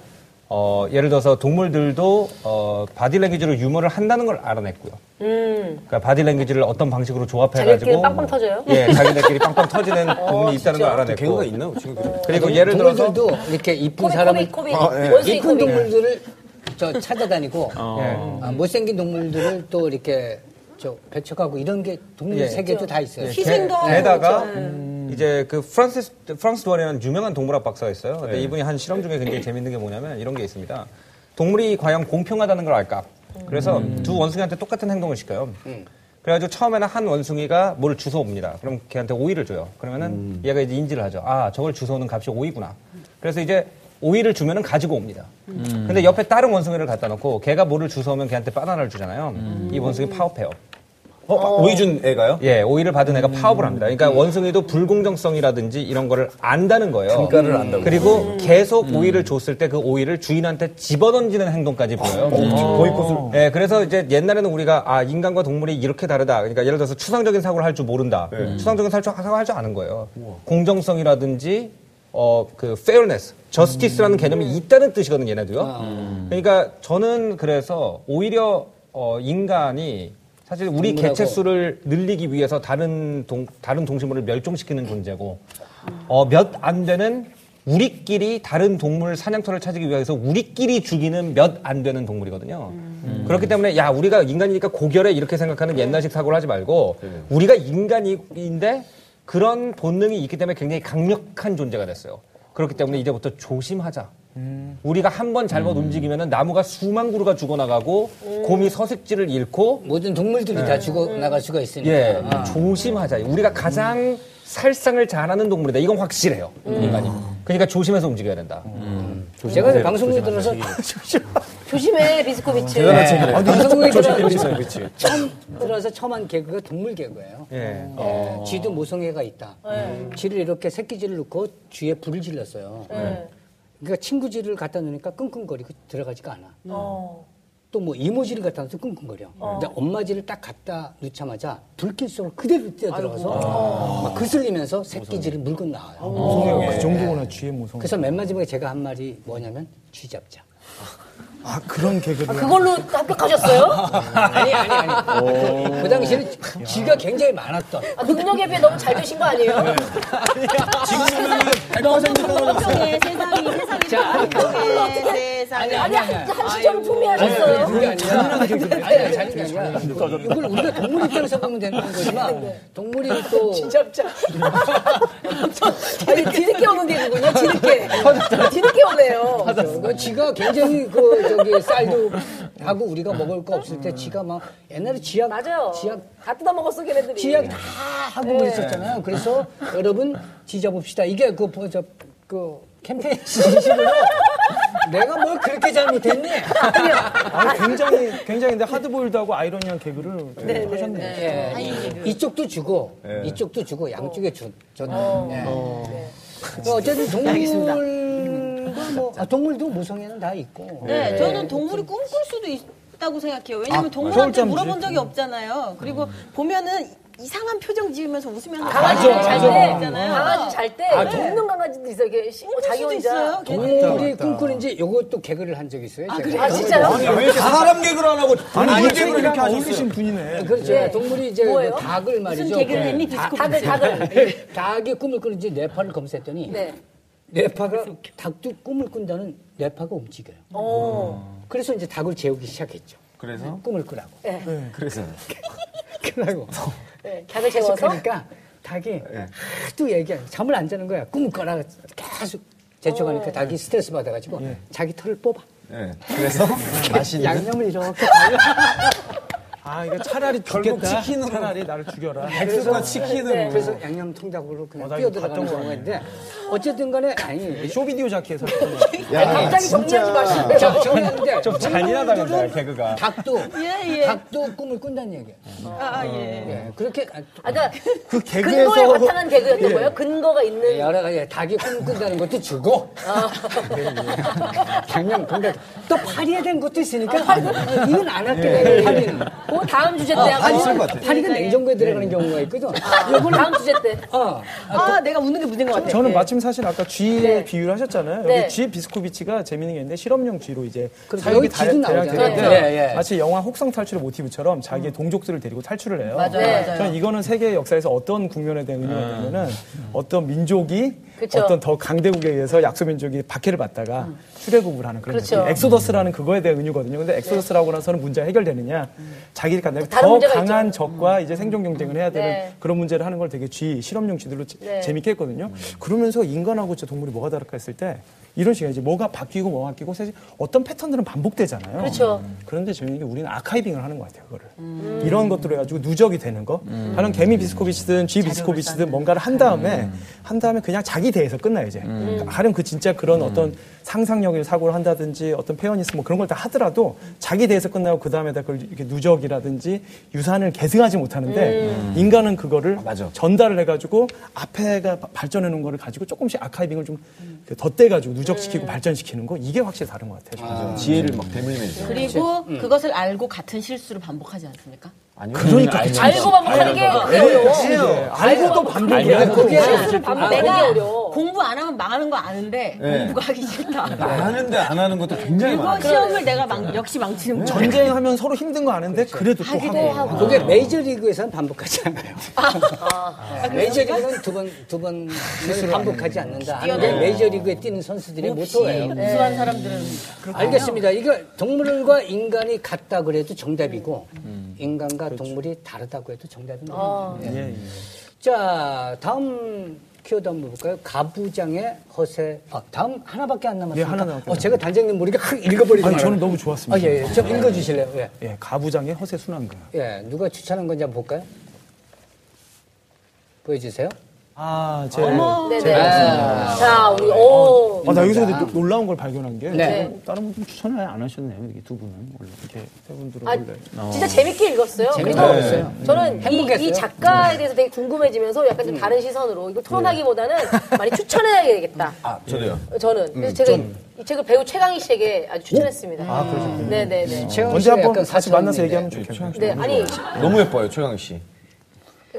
어, 예를 들어서 동물들도 어, 바디랭귀지로 유머를 한다는 걸 알아냈고요. 그러니까 바디랭귀지를 어떤 방식으로 조합해가지고 음. 자기들끼리 빵빵 터져요? 어, 예, 자기들끼리 빵빵 터지는 (laughs) 부분이 있다는 걸 알아냈고 개그가 있나? 지금 그래. 그리고 예를 들어서 동물들도 이렇게 이쁜 코빅 사람을 코빅 코빅 아, 예. 원숭이 이쁜 코빅 동물들을 저 찾아다니고 예. 아, 못생긴 동물들을 또 이렇게 저 배척하고 이런 게 동물 예. 세계도 다 있어요. 예, 희생도 게- 하고 게다가 그렇죠. 이제 그 프란시스 프랑스 도아리라는 유명한 동물학 박사가 있어요. 근데 이분이 한 실험 중에 굉장히 재밌는 게 뭐냐면 이런 게 있습니다. 동물이 과연 공평하다는 걸 알까? 그래서 두 원숭이한테 똑같은 행동을 시켜요. 그래가지고 처음에는 한 원숭이가 뭘 주워옵니다. 그럼 걔한테 오이를 줘요. 그러면은 얘가 이제 인지를 하죠. 아, 저걸 주워오는 값이 오이구나. 그래서 이제 오이를 주면은 가지고 옵니다. 근데 옆에 다른 원숭이를 갖다 놓고 걔가 뭐를 주워오면 걔한테 바나나를 주잖아요. 이 원숭이 파업해요. 어, 오이준 애가요? 예, 오이를 받은 음. 애가 파업을 합니다. 그러니까 원숭이도 불공정성이라든지 이런 거를 안다는 거예요. 단가를 안다고. 음. 그리고 계속 오이를 줬을 때 그 오이를 주인한테 집어던지는 행동까지 보여요. 음. 보이콧을 예, 그래서 이제 옛날에는 우리가 아 인간과 동물이 이렇게 다르다. 그러니까 예를 들어서 추상적인 사고를 할 줄 모른다. 네. 음. 추상적인 살- 사고를 할 줄 아는 거예요. 공정성이라든지 어그 fairness, justice라는 음. 개념이 있다는 뜻이거든요, 얘네도요. 아. 그러니까 저는 그래서 오히려 어 인간이 사실 우리 동물하고. 개체 수를 늘리기 위해서 다른 동 다른 동식물을 멸종시키는 존재고 어몇 안 되는 우리끼리 다른 동물 사냥터를 찾기 위해서 우리끼리 죽이는 몇 안 되는 동물이거든요. 그렇기 때문에 야 우리가 인간이니까 고결해 이렇게 생각하는 옛날식 사고를 하지 말고 우리가 인간인데 그런 본능이 있기 때문에 굉장히 강력한 존재가 됐어요. 그렇기 때문에 이제부터 조심하자. 우리가 한 번 잘못 움직이면 나무가 수만 그루가 죽어나가고 곰이 서식지를 잃고 모든 동물들이 다 죽어 나갈 수가 있으니까. 아. 예, 아. 조심하자. 우리가 가장 음. 살상을 잘하는 동물이다. 이건 확실해요. 인간이. 그러니까 조심해서 움직여야 된다. 음. 제가 이제 방송국에 들어서 조심해 리스코비치. 방송국에 들어서 처음 들어서 처음 한 개그가 동물 개그예요. 예. 쥐도 모성애가 있다. 쥐를 이렇게 새끼쥐를 놓고 쥐에 불을 질렀어요. 그러니까 친구쥐를 갖다 놓으니까 끙끙거리고 그 들어가지가 어. 않아. 어. 또 뭐 이모지를 갖다 놓아서 끙끙거려. 근데 엄마지를 딱 갖다 놓자마자 불길 속으로 그대로 뛰어들어가서 어. 막 그슬리면서 새끼지를 물고 나와요. 그 정도구나 쥐의 모성. 그래서 맨 마지막에 제가 한 말이 뭐냐면 쥐 잡자. 아 그런 개그를. 그걸로 (laughs) 합격하셨어요? 아니 아니 아니. 그, 그 당시에는 쥐가 굉장히 많았던. 아, 능력에 비해 너무 잘 되신 거 아니에요? 네. 네, 세상에 세상이 세상이 세상에 세상에 아니 한, 한 시절을 네, 풍미하셨어요. 잔인한 개그를. 아니 아니 잔인한 게 아니라 이걸 우리가 동물 입장에서 보면 되는 거지만 동물이 또 진짜. (laughs) 아니 뒤늦게 오는 게군요. 뒤늦게. 뒤늦게 오네요. 그 쥐가 굉장히 그 저기 쌀도 하고 우리가 먹을 거 없을 때 쥐가 막 옛날에 쥐약 맞아요. 네. 쥐약 다 뜯어먹었어 걔네들이. 쥐약 다 하고 그랬었잖아요. 그래서 여러분 지져봅시다. 이게 그저그 캠페인 진심으로 내가 뭘 그렇게 잘못했니? 아 굉장히 굉장히 근데 하드보일드하고 아이러니한 개그를 되게 하셨네요. 예. 이쪽도 주고 이쪽도 주고 양쪽에 주, 줬네. 예. 뭐 어쨌든 동물도 뭐 아, 동물도 모성애는 다 있고. 네, 저는 동물이 꿈꿀 수도 있다고 생각해요. 왜냐면 동물한테 서울잠 물어본 적이 없잖아요. 그리고 보면은 이상한 표정 지으면서 웃으면서 강아지들 잘 때, 있잖아요. 어, 강아지 잘 때, 없는 강아지도 있어요. 이게 씻고 자기 수도 혼자. 있어요. 동물이 꿈꾸는지 이것도 개그를 한 적이 있어요. 제가. 아, 진짜요? 사람 개그를 안 하고 아니, 동물 이게 개그를 이렇게 하셨어요. 어울리신 분이네. 그렇죠. 네. 동물이 이제 뭐예요? 그 닭을 말이죠. 네. 무슨 개그를 했니? 다- 디스코 닭을, 닭을. 닭이 꿈을 꾸는지 뇌파를 검사했더니 네. 뇌파가 닭도 꿈을 꾼다는 뇌파가 움직여요. 오. 그래서 이제 닭을 재우기 시작했죠. 그래서 꿈을 꾸라고. 예, 어. 그래서 그러고 네. 닭을 계속 재워서. 그러니까 닭이 예. 하도 얘기해 잠을 안 자는 거야. 꿈을 꿔라 계속 어, 재촉하니까 닭이 스트레스 받아가지고 자기 털을 뽑아. 예. 그래서 (laughs) 맛있는 양념을 (laughs) 이렇게 아, 이거 차라리 결국 죽겠다. 치킨으로. 네, 차라리 나를 죽여라. 백숙과 치킨으로 네. 그래서 양념 통닭으로 그냥 나 이거 뛰어들어가는 봤던 경우가 있는데 어쨌든 간에 아니 (laughs) 쇼비디오 자켓에서. 갑자기 정리하지 마시고. 저, 저는 근데 좀 잔인하다 근데 개그가. 닭도 예, 예. 닭도 꿈을 꾼다는 얘기예요. 아, 예. 예, 그렇게 아, 아, 그러니까 근거에 바탕한 개그였던 거예요? 근거가 있는. 여러 가지 닭이 꿈을 꾼다는 것도 주고 (laughs) 당연 근데 또 아, 파리에 된 것도 있으니까 이건 안 할게 요 파리는 그 다음 주제 때 한번. 파리가 냉장고에 들어가는 경우가 있거든. 다음 주제 때. 어, 아, 내가 웃는 게 문제인 것 같아. 저는 마침 사실 아까 쥐의 네. 비유를 하셨잖아요. 네. 여기 쥐 비스코비치가 재밌는 게 있는데 실험용 쥐로 이제 그렇죠. 사육이 여기 쥐도 다- 대략 나오잖아요. 되는데 예, 예. 마치 영화 혹성 탈출의 모티브처럼 자기의 동족들을 데리고 탈출을 해요. 맞아요, 네. 맞아요. 저는 이거는 세계 역사에서 어떤 국면에 대한 의미가 되냐면은 어떤 민족이 그쵸. 어떤 더 강대국에 의해서 약소민족이 박해를 받다가 출애굽을 하는 그런 그렇죠. 느낌. 엑소더스라는 그거에 대한 은유거든요. 근데 엑소더스라고 나서는 문제가 해결되느냐. 자기들 간에 다른 더 문제가 강한 적과 이제 생존 경쟁을 해야 되는 네. 그런 문제를 하는 걸 되게 쥐, 실험용 쥐들로 재- 네. 재밌게 했거든요. 그러면서 인간하고 진짜 동물이 뭐가 다를까 했을 때 이런 식의 이제 뭐가 바뀌고 뭐가 바뀌고 사실 어떤 패턴들은 반복되잖아요. 그렇죠. 그런데 저희는 우리는 아카이빙을 하는 것 같아요, 그거를. 이런 것들로 해가지고 누적이 되는 거. 다른 개미 비스코비치든 쥐 비스코비치든 뭔가를 한 음. 다음에 한 다음에 그냥 자기 대해서 끝나요, 이제. 가령 그 진짜 그런 어떤 상상력의 사고를 한다든지 어떤 페어니스 뭐 그런 걸 다 하더라도 자기 대해서 끝나고 그 다음에다 그걸 이렇게 누적이라든지 유산을 계승하지 못하는데 인간은 그거를 맞아. 전달을 해가지고 앞에가 바- 발전해 놓은 거를 가지고 조금씩 아카이빙을 좀그 덧대가지고 누적시키고 발전시키는 거 이게 확실히 다른 것 같아요. 저는. 지혜를 막 되물면서 그리고 그것을 알고 같은 실수를 반복하지 않습니까? 그러니까 알고 반복하는 게 어려워. 예, 알고도 반복을 해야 그게 실수를 반복하는 게 내가 어려워. 공부 안 하면 망하는 거 아는데 공부가 하기 아, 싫다. 안 하는데 안 하는 것도 굉장히 많아요. 그리고 시험을 내가 망, 역시 망치는 네? 거야. 전쟁하면 서로 힘든 거 아는데 그래도또 하고. 아, 그게 메이저리그에서는 반복하지 않아요. (laughs) 아, 메이저리그는 두 번, 두 번 반복하지 않는다. 하는 게 메이저리그에 뛰는 선수들의 모토예요. 네. 우수한 사람들은 알겠습니다. 이거 동물과 인간이 같다 그래도 정답이고, 음. 인간과 그렇죠. 동물이 다르다고 해도 아. 정답입니다. 네. 예, 자, 다음 키워드 한번 볼까요? 가부장의 허세. 아, 다음 하나밖에 안 남았습니다. 네, 하나 남았겠네요. 어, 제가 단장님 모르게 확 읽어버리고. 아니, 저는 말아요. 너무 좋았습니다. 아, 예, 예. 좀 읽어주실래요? 예. 예, 가부장의 허세 순환가. 예, 누가 추천한 건지 한번 볼까요? 보여주세요. 아, 제. 네네. 자, 우리, 오. 아, 나 여기서 근데 노- 놀라운 걸 발견한 게뭐 네. 다른 분들 추천을 아예 안 하셨네요. 이게 두 분은 원래 이렇게 세 분들은 아, 원래 진짜 재밌게 읽었어요. 재밌게 그리고 읽었어요. 저는 이, 행복했어요. 이 작가에 대해서 되게 궁금해지면서 약간 좀 다른 시선으로 이걸 토론하기보다는 많이 추천해야 되겠다. 아, 저도요. 저는 그래서 제가 이 책을 배우 최강희 씨에게 아주 추천했습니다. 아, 그러셨군요. 네네네. 언제 한번 다시 만나서 사촌인데. 얘기하면 좋겠네요. 네, 아니 너무 예뻐요, 최강 씨.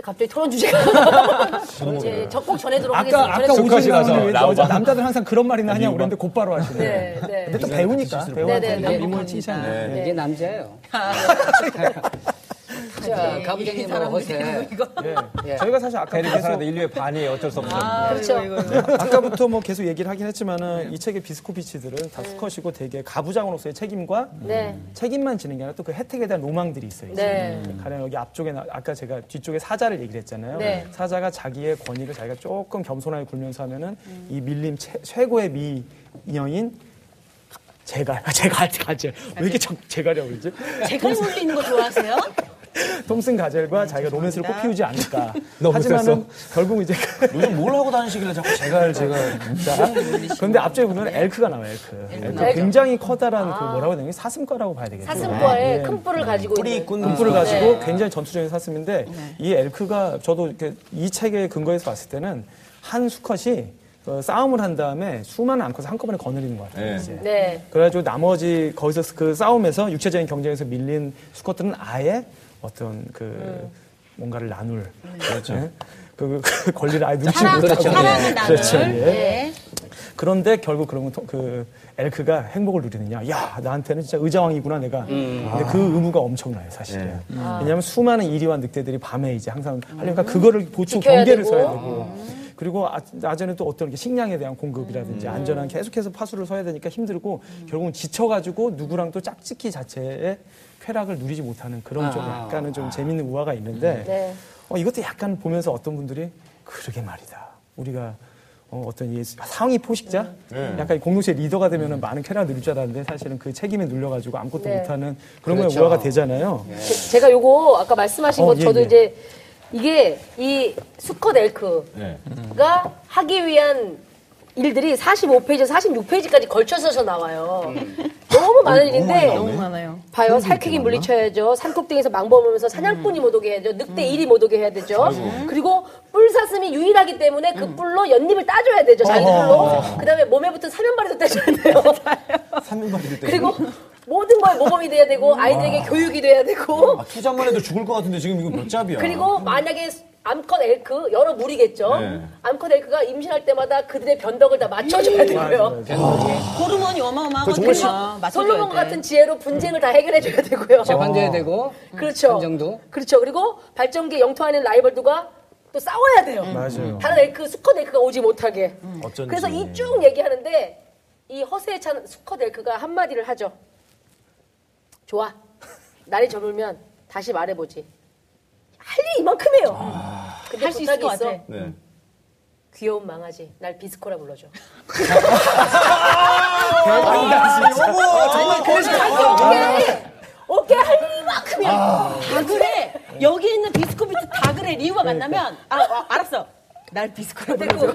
갑자기 토론 주제가 (laughs) 이제 적극 전해도록 하겠습니다. 아까 아까 전해드리도록 오진 가서 그 나오는 나오자. 남자들 항상 그런 말이나 하냐 그랬는데 곧바로 하시네. 네, 네. 근데 또 배우니까 네, 배우한테 네, 미모를 치잖아요. 네. 이게 남자예요. 자, 가부장님 허세. 예. 저희가 사실 아까 대리기 계속 사는데 인류의 반이 어쩔 수 없죠. (laughs) 아, 그렇죠. 아까부터 뭐 계속 얘기를 하긴 했지만은 이 책의 비스코비치들은 다 수컷이고 되게 가부장으로서의 책임과 네. 책임만 지는 게 아니라 또 그 혜택에 대한 로망들이 있어요. 이제. 네. 가령 여기 앞쪽에 나- 아까 제가 뒤쪽에 사자를 얘기를 했잖아요. 네. 사자가 자기의 권위를 자기가 조금 겸손하게 굴면서 하면은 이 밀림 최, 최고의 미 인형인 제갈, 제갈, 가젤. 왜 이렇게 저, 제갈이라고 그러지? 제가 물리는 거 좋아하세요? 톰슨 가젤과 자기가 로맨스를 꽃 피우지 않을까. 너무 하지만은 결국 이제 (laughs) 요즘 뭘 하고 다니시길래 자꾸 제가 제가 자, 그런데 앞쪽에 보면 엘크가 나와요, 엘크. 엘크. 엘크. 굉장히 커다란 그 뭐라고 해야 되나? 사슴과라고 봐야 되겠죠. 사슴과의 큰 뿔을 가지고 있는. 군뿔을 가지고 아, 그렇죠. 네. 굉장히 전투적인 사슴인데 이 엘크가 저도 이렇게 이 책의 근거에서 봤을 때는 한 수컷이 어, 싸움을 한 다음에 수많은 암컷을 한꺼번에 거느리는 것 같아요. 네. 이제. 네. 그래가지고 나머지 거기서 그 싸움에서 육체적인 경쟁에서 밀린 수컷들은 아예 어떤 그 뭔가를 나눌. 그렇죠. 그, 그 권리를 아예 누리지 사랑, 못하고. 사랑은 나눌. 그렇죠. 예. 네. 그런데 결국 그러면 통- 그 엘크가 행복을 누리느냐? 야 나한테는 진짜 의자왕이구나 내가. 근데 그 의무가 엄청나요 사실은. 음. 왜냐하면 수많은 이리와 늑대들이 밤에 이제 항상 하려니까 그거를 보충 지켜야 경계를 되고. 음. 서야 되고. 그리고 아- 낮에는 또 어떤 게 식량에 대한 공급이라든지 안전한 계속해서 파수를 서야 되니까 힘들고 결국은 지쳐가지고 누구랑 또 짝짓기 자체에 쾌락을 누리지 못하는 그런 좀 약간은 좀 재밌는 우화가 있는데 네. 어, 이것도 약간 보면서 어떤 분들이 그러게 말이다. 우리가 어, 어떤 이 상위 포식자? 약간 이 공동체 리더가 되면 은 많은 쾌락을 누릴 줄 알았는데 사실은 그 책임에 눌려가지고 아무것도 네. 못하는 그런 거에 우화가 되잖아요. 제- 제가 요거 아까 말씀하신 어, 것 예, 저도 예. 이제 이게 이 수컷 엘크가 네. 하기 위한 일들이 45페이지, 46페이지까지 걸쳐서 나와요. 음. 너무 많은 일인데 너무 많아요. 봐요. 살쾡이 물리쳐야죠. 산꼭대기에서 망범하면서 사냥꾼이 못 오게 해야죠. 늑대 일이 못 오게 해야 되죠. 음. 그리고 뿔사슴이 유일하기 때문에 그 뿔로 연잎을 따줘야 되죠. 자기 뿔로. 그 다음에 몸에 붙은 사면발이도 따줘야 (laughs) 돼요. 삼인방이 때. 그리고 모든 거에 모범이 돼야 되고 아이들에게 교육이 돼야 되고 아, 투자만 해도 죽을 것 같은데 지금 이거 몇 그러니까. 잡이야? 그리고 만약에 암컷 엘크 여러 무리겠죠. 네. 암컷 엘크가 임신할 때마다 그들의 변덕을 다 맞춰줘야 되고요. 호르몬이 그리고 어마어마하거든요. 솔로몬 예. 아, 맞춰줘야 돼. 같은 지혜로 분쟁을 다 해결해줘야 되고요. 재판돼야 되고 그렇죠. 음, 감정도. 그렇죠. 그리고 발전기에 영통하는 라이벌들과 또 싸워야 돼요. 맞아요. 다른 엘크, 수컷 엘크가 오지 못하게. 어쩐지. 그래서 이 쭉 얘기하는데 이 허세에 찬 수컷 엘크가 한마디를 하죠. 좋아. 날이 젊으면 다시 말해보지. 할 일이 이만큼이에요. 근데 할수 있을 부탁이 것 같아. 있어. 네. 귀여운 망아지. 날 비스코라 불러줘. (laughs) 아, 오케이. 오케이. 할 일이 이만큼이야. 다 그래. 여기 있는 비스코비트 다 그래. 리우가 만나면 아, 아, 알았어. 날 비스코라 부르고.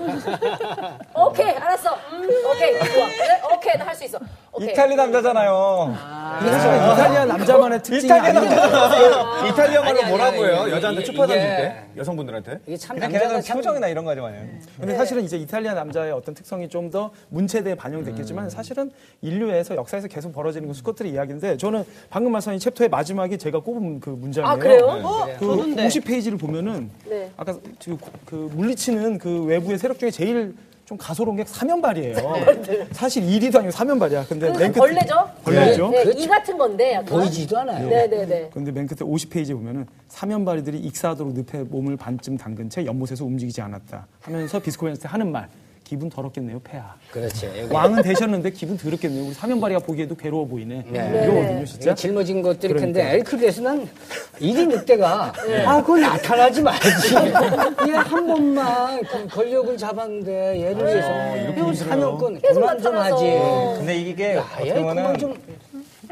오케이. 알았어. 음, 오케이. 좋아. 그래? 오케이. 나 할 수 있어. 오케이. 이탈리 남자잖아요. 이탈리아 남자만의 특징이 이탈리아 아니죠. 아, 이탈리아 말로 뭐라고 해요? 아니, 여자한테 이게- 추파다줄 이게- 때? 여성분들한테? 이게 참 근데 남자가 걔네들은 참 표정이나 이런 거 하지 마요. 근데 네. 사실은 이제 이탈리아 남자의 어떤 특성이 좀 더 문체대에 반영됐겠지만 사실은 인류에서 역사에서 계속 벌어지는 건 스코트의 이야기인데 저는 방금 말씀하신 챕터의 마지막이 제가 꼽은 그 문장이에요. 아, 그래요? 그 50페이지를 보면은 네. 아까 그, 그 물리치는 그 외부의 세력 중에 제일 좀 가소로운 게 사면발이에요. 네. 사실 일이도 아니고 사면발이야. 근데 맨 끝에 네. 그러니까 그 벌레죠? 벌레죠. 네, 이 같은 건데. 약간. 보이지도 않아요. 네네네. 근데 맨 끝에 50페이지 보면은 사면바리들이 익사하도록 늪에 몸을 반쯤 담근 채 연못에서 움직이지 않았다 하면서 비스코벤스 하는 말 기분 더럽겠네요 폐하 그렇지. 그렇죠. 여기 왕은 되셨는데 기분 더럽겠네요 우리 사면바리가 보기에도 괴로워 보이네 이거거든요 이게 진짜 짊어진 것들이 큰데 엘크에서 난 일인 늑대가 아 그건 나타나지 말지 얘 한 번만 그 권력을 잡았는데 얘를 위해서 사면권 그만 좀 하지 네. 근데 이게 어떻게 얘 그만 보면 좀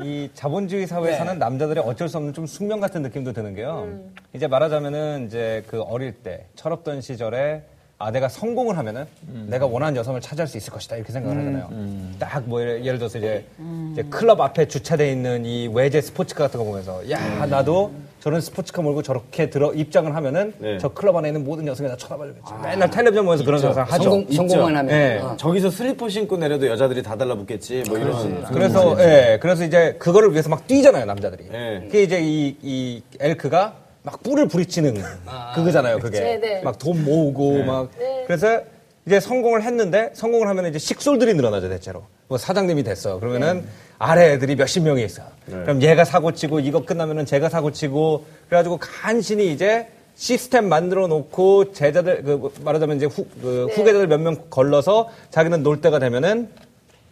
이 자본주의 사회에 사는 남자들의 어쩔 수 없는 좀 숙명 같은 느낌도 드는 게요. 이제 말하자면은 이제 그 어릴 때 철없던 시절에 아 내가 성공을 하면은 음. 내가 원하는 여성을 차지할 수 있을 것이다 이렇게 생각을 하잖아요. 딱 뭐 예를 들어서 이제, 이제 클럽 앞에 주차돼 있는 이 외제 스포츠카 같은 거 보면서 야 음. 나도 저런 스포츠카 몰고 저렇게 들어 입장을 하면은 네. 저 클럽 안에 있는 모든 여성이 다 쳐다봐 주겠지. 맨날 텔레비전 보면서 그런 상상 하죠. 아. 성공, 성공만 하면 네. 네. 예. 아, 저기서 슬리퍼 신고 내려도 여자들이 다 달라붙겠지. 뭐 이런. 그래서 예, 그래서 이제 그거를 위해서 막 뛰잖아요 남자들이. 예. 그게 이제 이, 이 엘크가 막 뿔을 부리치는 그거잖아요 그게. 네, 네. 막 돈 모으고 막. 그래서 이제 성공을 했는데 성공을 하면 이제 식솔들이 늘어나죠 대체로. 뭐 사장님이 됐어. 그러면은 네. 아래 애들이 몇십 명이 있어. 네. 그럼 얘가 사고 치고 이거 끝나면은 제가 사고 치고 그래가지고 간신히 이제. 시스템 만들어 놓고 제자들 그 말하자면 이제 후, 그 네. 후계자들 몇 명 걸러서 자기는 놀 때가 되면은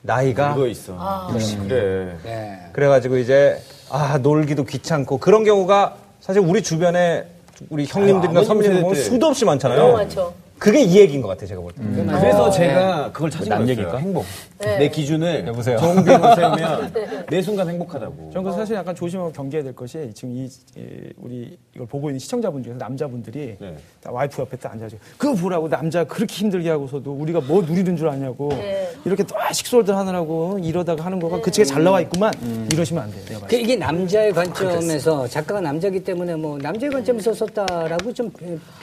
나이가 그거 있어. 아. 그래. 예. 그래가지고 이제 아 놀기도 귀찮고 그런 경우가 사실 우리 주변에 우리 형님들이나 아버님 선배님 세대 보면 때. 수도 없이 많잖아요. 너무 많죠. 그게 이 얘기인 것 같아요, 제가 볼 때. 어. 그래서 제가 네. 그걸 찾은 남 거였어요. 얘기일까? 행복. 내 기준을 여보세요? 정비로 (laughs) 네. 세우면 내 순간 행복하다고. 저는 그래서 사실 약간 조심하고 경계해야 될 것이 지금 이, 이- 우리 이걸 보고 있는 시청자분 중에서 남자분들이 네. 딱 와이프 옆에 딱 앉아가지고 그거 보라고 남자 그렇게 힘들게 하고서도 우리가 뭐 누리는 줄 아냐고 이렇게 또 아, 식솔들 하느라고 이러다가 하는 거가 그 책에 잘 나와 있구만 이러시면 안 돼요. 내가 봤을 그 이게 남자의 관점에서 작가가 남자기 때문에 뭐 남자의 관점에서 썼다라고 좀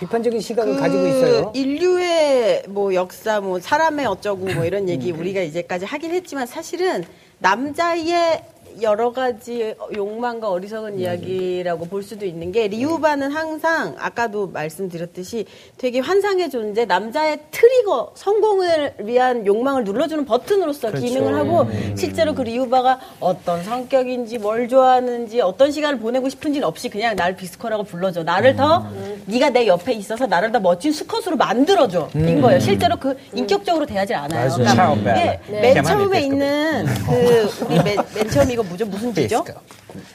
비판적인 시각을 그 가지고 있어요. 인류의 뭐 역사, 뭐 사람의 어쩌고 뭐 이런 얘기 우리가 이제까지 하긴 했지만 사실은 남자의 여러 가지 욕망과 네, 어리석은 이야기라고 볼 수도 있는 게 리우바는 항상 아까도 말씀드렸듯이 되게 환상의 존재 남자의 트리거 성공을 위한 욕망을 눌러주는 버튼으로서 기능을 하고 실제로 그 리우바가 어떤 성격인지 뭘 좋아하는지 어떤 시간을 보내고 싶은지는 없이 그냥 날 비스코라고 불러줘 나를 더 네가 내 옆에 있어서 나를 더 멋진 수컷으로 만들어줘 인 거예요 실제로 그 인격적으로 대하지 않아요 그러니까 샤오베. 이게 네. 맨 걔만 처음에 리스코. 있는 그 우리 맨, 맨 처음 이거 뭐죠 무슨 뒤죠? 아,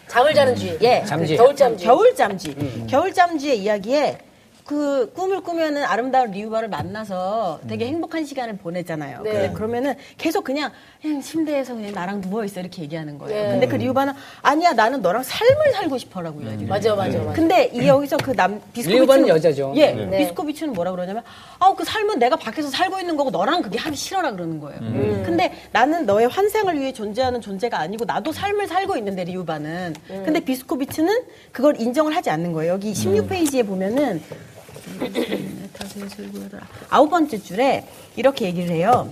잠을 자는 쥐. 예, 잠지. 겨울 음. 잠쥐. 겨울 잠쥐. 겨울 잠쥐의 이야기에 그 꿈을 꾸면은 아름다운 리우바를 만나서 되게 행복한 시간을 보내잖아요. 음. 네. 근데 그러면은 계속 그냥 그냥 침대에서 그냥 나랑 누워 있어 이렇게 얘기하는 네. 거예요. 근데 그 리우바는 아니야 나는 너랑 삶을 살고 싶어라고 이야기를. 해요. 음. 맞아, 맞아, 맞아. 근데 이 여기서 그 남 비스코비치는 리우바는 여자죠. 예, 네. 비스코비치는 뭐라 그러냐면 아우 그 삶은 내가 밖에서 살고 있는 거고 너랑 그게 하기 싫어라 그러는 거예요. 근데 나는 너의 환상을 위해 존재하는 존재가 아니고 나도 삶을 살고 있는데 리우바는. 근데 비스코비치는 그걸 인정을 하지 않는 거예요. 여기 16페이지에 보면은 음, 아홉 번째 줄에 이렇게 얘기를 해요.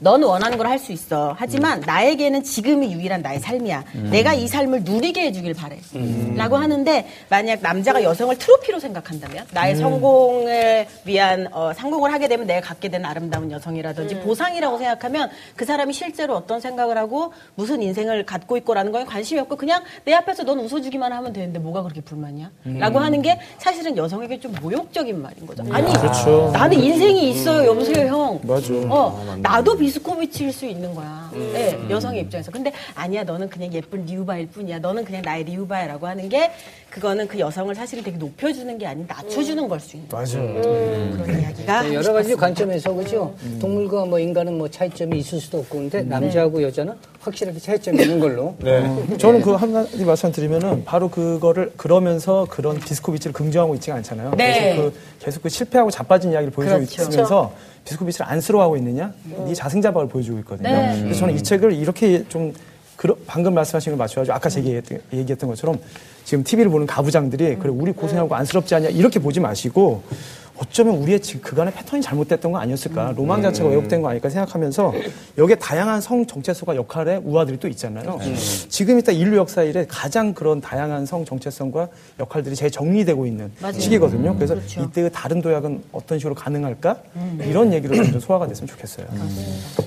넌 원하는 걸 할 수 있어. 하지만 나에게는 지금이 유일한 나의 삶이야. 내가 이 삶을 누리게 해주길 바래. 라고 하는데 만약 남자가 여성을 트로피로 생각한다면 나의 성공을 위한 어, 성공을 하게 되면 내가 갖게 되는 아름다운 여성이라든지 보상이라고 생각하면 그 사람이 실제로 어떤 생각을 하고 무슨 인생을 갖고 있고라는 거에 관심이 없고 그냥 내 앞에서 넌 웃어주기만 하면 되는데 뭐가 그렇게 불만이야? 음. 라고 하는 게 사실은 여성에게 좀 모욕적인 말인 거죠. 아니 그렇죠. 음. 나는 인생이 있어요. 여보세요 형. 맞아. 음. 어, 나도 비스코비치일 수 있는 거야. 네, 여성의 입장에서. 근데 아니야, 너는 그냥 예쁜 리우바일 뿐이야. 너는 그냥 나의 리우바야라고 하는 게 그거는 그 여성을 사실은 되게 높여주는 게 아닌 낮춰주는 걸 수 있는 맞아. 음. 그런 이야기가. 네, 여러 가지 관점에서 그죠. 음. 동물과 뭐 인간은 뭐 차이점이 있을 수도 없고 근데 남자하고 여자는 확실하게 차이점이 있는 걸로. 네. 저는 그 한가지 말씀드리면은 바로 그거를 그러면서 그런 디스코비치를 긍정하고 있지가 않잖아요. 네. 계속, 그, 계속 그 실패하고 자빠진 이야기를 보여주고 그렇죠. 음. 있으면서 디스코비치를 안쓰러워하고 있느냐? 네 자승자박을 보여주고 있거든요. 네. 그래서 저는 이 책을 이렇게 좀 그러- 방금 말씀하신 걸 맞춰가지고 아까 제가 얘기했- 얘기했던 것처럼 지금 TV를 보는 가부장들이 그래 우리 고생하고 음. 안쓰럽지 않냐 이렇게 보지 마시고 어쩌면 우리의 지금 그간의 패턴이 잘못됐던 거 아니었을까 로망 자체가 왜곡된 거 아닐까 생각하면서 여기에 다양한 성 정체성과 역할의 우화들이 또 있잖아요 지금 이따 인류 역사 이래 가장 그런 다양한 성 정체성과 역할들이 재정리되고 있는 음, 시기거든요 그래서 그렇죠. 이때의 다른 도약은 어떤 식으로 가능할까 음. 이런 얘기로 점점 소화가 됐으면 좋겠어요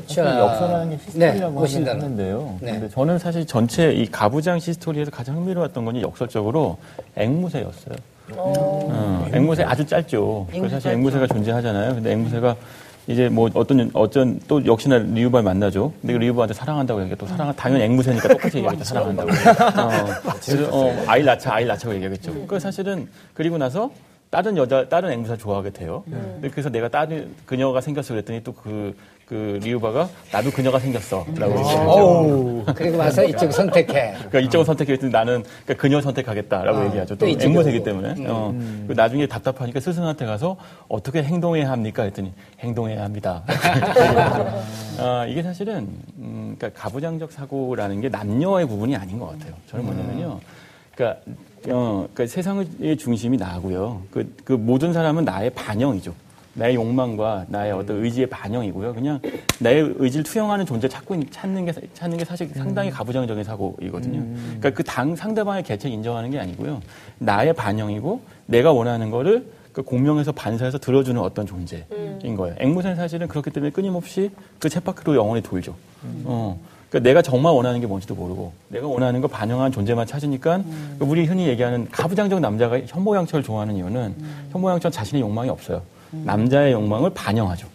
자, 역사라는 게 네, 히스토리라고 보신다는. 하는데요. 네. 근데 저는 사실 전체 이 가부장 시스토리에서 가장 흥미로웠던 건이 역설적으로 앵무새였어요. 어, 앵무새 아주 짧죠. 그래서 사실 앵무새가 존재하잖아요. 근데 앵무새가 이제 뭐 어떤 어쩐 또 역시나 리우바를 만나죠. 근데 그 리우바한테 사랑한다고 얘기해 또 사랑 당연히 앵무새니까 똑같이 얘기하겠죠. 사랑한다고. 어, 그래서 어, 아이 낳자 아이 낳자고 얘기하겠죠. 그 사실은 그리고 나서 다른 여자 다른 앵무새 좋아하게 돼요. 근데 그래서 내가 다른 그녀가 생겼어 그랬더니 또 그 그 리우바가 나도 그녀가 생겼어라고 얘기하죠. 그리고 와서 이쪽 선택해. 그러니까 이쪽을 선택했더니 나는 그러니까 그녀 선택하겠다라고 얘기하죠. 또 이쪽이요. 앵무새기 때문에. 어. 그리고 나중에 답답하니까 스승한테 가서 어떻게 행동해야 합니까? 했더니 행동해야 합니다. (laughs) 아, 이게 사실은 음, 그러니까 가부장적 사고라는 게 남녀의 부분이 아닌 것 같아요. 저는 뭐냐면요. 그러니까, 어, 그러니까 세상의 중심이 나고요. 그, 그 모든 사람은 나의 반영이죠. 나의 욕망과 나의 어떤 의지의 반영이고요. 그냥 나의 의지를 투영하는 존재 찾고 있- 찾는 게 사- 찾는 게 사실 상당히 가부장적인 사고이거든요. 그러니까 그 당 상대방의 개체 인정하는 게 아니고요. 나의 반영이고 내가 원하는 거를 그 공명에서 반사해서 들어주는 어떤 존재인 거예요. 앵무새는 사실은 그렇기 때문에 끊임없이 그 쳇바퀴로 영원히 돌죠. 어. 그러니까 내가 정말 원하는 게 뭔지도 모르고 내가 원하는 거 반영한 존재만 찾으니까 우리 흔히 얘기하는 가부장적 남자가 현모양처를 좋아하는 이유는 현모양처는 자신의 욕망이 없어요. 남자의 욕망을 반영하죠.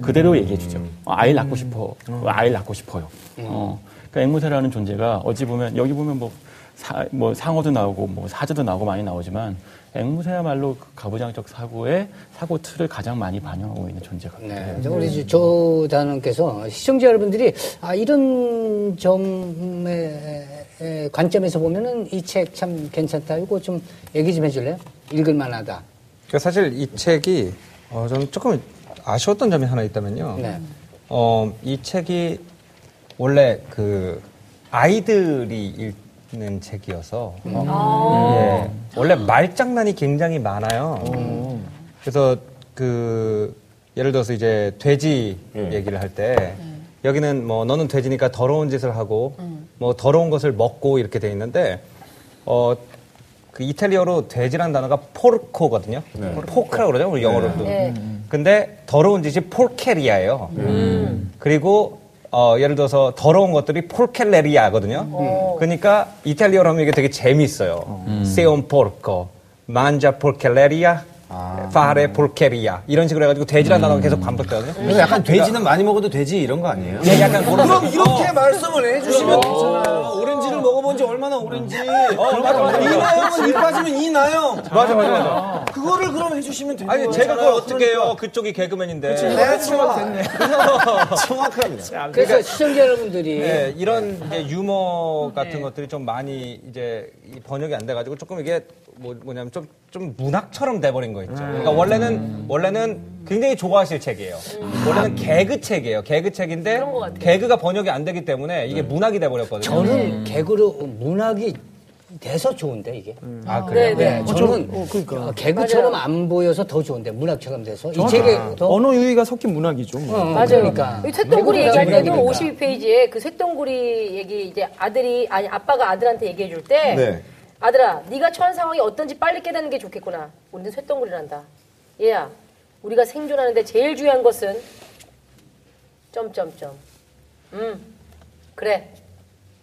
그대로 얘기해주죠. 어, 아이를 낳고 싶어. 어, 아이를 낳고 싶어요. 어. 그러니까 앵무새라는 존재가 어찌 보면 여기 보면 뭐, 사, 뭐 상어도 나오고 뭐 사자도 나오고 많이 나오지만 앵무새야말로 그 가부장적 사고의 사고 틀을 가장 많이 반영하고 있는 존재가. 네. 이제 우리 조- 조 단원께서 시청자 여러분들이 아, 이런 점의 에, 관점에서 보면은 이 책 참 괜찮다. 이거 좀 얘기 좀 해줄래요? 읽을만하다. 그러니까 사실 이 책이 어, 저는 조금 아쉬웠던 점이 하나 있다면요. 네. 어, 이 책이 원래 그 아이들이 읽는 책이어서 네. 예, 원래 말장난이 굉장히 많아요. 그래서 그 예를 들어서 이제 돼지 얘기를 할 때 여기는 뭐 너는 돼지니까 더러운 짓을 하고 뭐 더러운 것을 먹고 이렇게 돼 있는데 어. 그 이탈리아어로 돼지란 단어가 포르코거든요. 포크라고 그러죠. 우리 영어로도. 근데 더러운 짓이 폴케리아예요. 그리고 어, 예를 들어서 더러운 것들이 폴켈레리아거든요. 그러니까 이탈리아로 하면 이게 되게 재미있어요. 세온 포르코, 만자 폴켈레리아, 음. 파레 폴케리아 이런 식으로 해가지고 돼지란 단어가 계속 반복되거든요. 근데 약간 그러니까 그 네. 돼지는 많이 먹어도 돼지 이런 거 아니에요? 예, 약간 음. 그런 그럼 이렇게 말씀을 어. 해주시면 좋잖아. 오렌지를 먹어본 지 얼마나 오렌지. 어, 이 나영은 이 빠지면 이 나영. 맞아 맞아 맞아. 그거를 그럼 해주시면 되는 네, 아니 제가 그러니까 그걸 어떻게 해요? 그쪽이 개그맨인데. (laughs) 아, 정확합니다. 그래서 그러니까 시청자 여러분들이 네, 이런 이제 유머 같은 것들이 좀 많이 이제 이 번역이 안 돼가지고 조금 이게 뭐, 뭐냐면 좀, 좀 문학처럼 돼버린 거 있죠. 그러니까 원래는, 원래는 굉장히 좋아하실 책이에요. 원래는 개그 책이에요. 음. 개그 책인데 개그가 번역이 안 되기 때문에 이게 문학이 돼버렸거든요. 저는 개그로 문학이 돼서 좋은데 이게. 아, 그래요? 네. 네, 음. 저는 어, 개그처럼 안 보여서 더 좋은데 문학처럼 돼서 이 책에 더 언어 유희가 섞인 문학이죠. 뭐. 맞아요. 그러니까. 이 쇳덩구리 얘기할 때도 그러니까. 52페이지에 그 쇳덩구리 얘기 이제 아들이 아니 아빠가 아들한테 얘기해 줄 때 네. 아들아 네가 처한 상황이 어떤지 빨리 깨닫는 게 좋겠구나. 우리는 쇳덩구리란다. 얘야 우리가 생존하는데 제일 중요한 것은 점점점. 음 그래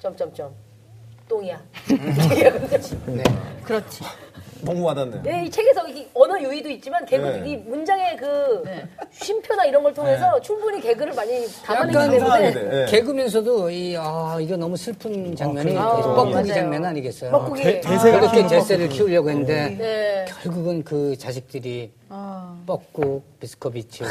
점점점 (laughs) 똥이야. 그렇지. 너무 와닿네요. 네, 이 책에서 이 언어 유희도 있지만 개그 네. 이 문장의 그 쉼표나 이런 걸 네. 통해서 충분히 개그를 많이 담아내기 상상이 때문에 돼. 예. 개그면서도 이 아 그러니까. 이거 너무 슬픈 장면이 뻐꾸기 맞아요. 장면 아니겠어요? 뻐꾸기. 대- 대세가 그렇게 키우는 제세를 키우려고 했는데 네. 결국은 그 자식들이 아. 뻐꾸 비스코비치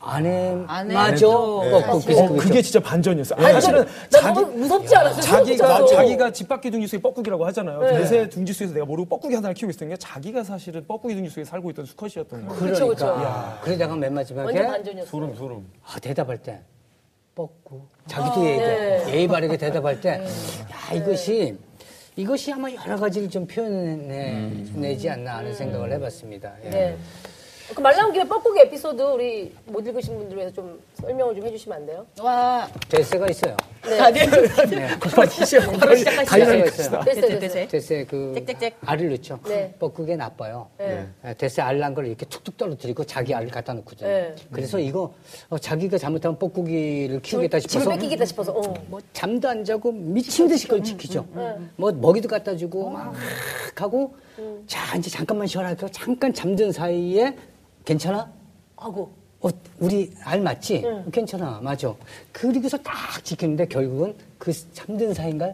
아내마저 아내마저 뻐꾸 어, 비스코비치 그게 진짜 반전이었어요. 아니, 아니, 사실은 나 자기 너무 무섭지 네. 않았어. 자기가 진짜로. 자기가 집 밖의 둥지수에 뻐꾸기라고 하잖아요. 대세 둥지수에서 내가 모르고 뻐꾸기 하나를 키우고 있었던 게 자기가 사실은 뻐꾸기 둥지수에 살고 있던 수컷이었던 거예요. 그쵸, 그쵸. 그러니까 그러다가 맨 마지막에 완전 반전이었어. 소름 소름. 아, 대답할 때 뻗고 자기도 아, 네. 예의 예의 바르게 대답할 (laughs) 때 야, 이것이 이것이 아마 여러 가지를 좀 표현해내지 않나 하는 생각을 해봤습니다. 예. 네. 그말 나온 김에 뻐꾸기 에피소드 우리 못 읽으신 분들 위해서 좀 설명을 좀 해주시면 안 돼요? 와 아, 대세가 있어요. 네. (laughs) 네. 바로 시작하시죠. 대세가 있어요. 아, 됐어요, 됐어요. 대세. 대세 그 짹짹짹. 알을 넣죠. 네. 뻐꾸게 나빠요. 네. 예, 대세 알난 걸 이렇게 툭툭 떨어뜨리고 자기 알을 갖다 놓거든요. 네. 그래서 이거 어, 자기가 잘못하면 뻐꾸기를 키우겠다 집을 싶어서 뺏기겠다 싶어서. 어. 뭐 잠도 안 자고 미친 듯이 그걸 지키죠. 음, 뭐 먹이도 갖다 주고 막 하고 음. 자 이제 잠깐만 쉬어라 해서 잠깐 잠든 사이에 괜찮아? 하고 어, 우리 알 맞지? 음. 괜찮아 맞아. 그리고서 딱 지키는데 결국은 그 잠든 사이인가요?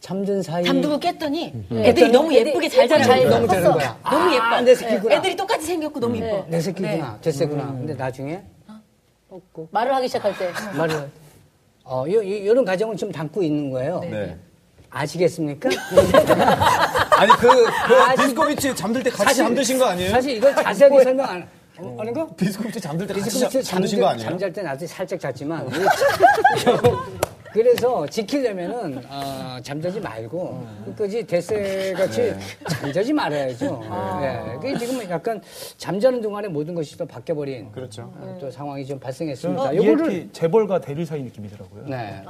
잠든 사이 잠들고 깼더니 음. 애들이 너무 예쁘게 잘 예쁘게 자라는 잘 거야. 너무 되는 거야. 너무 예뻐. 네. 아, 내 새끼구나. 애들이 똑같이 생겼고 너무 예뻐. 내 네. 새끼구나, 제 새끼구나. 음. 근데 나중에 없고 말을 하기 시작할 때. 말을 어, 요, 요, 요런 가정을 좀 담고 있는 거예요. 네. 아시겠습니까? (laughs) 아니 그, 아, 그 디스코비치 잠들 때 같이 잠드신 거 아니에요? 사실 이걸 자세하게 설명 안 하는 거? 디스코비치 잠들 때 같이 디스코비치 아, 잠, 드신거 아니에요? 잠잘 때 나도 살짝 잤지만 (laughs) 그래서 지키려면은 어, 잠자지 말고 끝까지 데스같이 네. 잠자지 말아야죠. 예. 그게 지금 약간 잠자는 동안에 모든 것이 또 바뀌어버린 그렇죠. 어, 또 상황이 좀 발생했습니다. 어, 요거를 ELP 재벌과 대리 사이 느낌이더라고요. 네.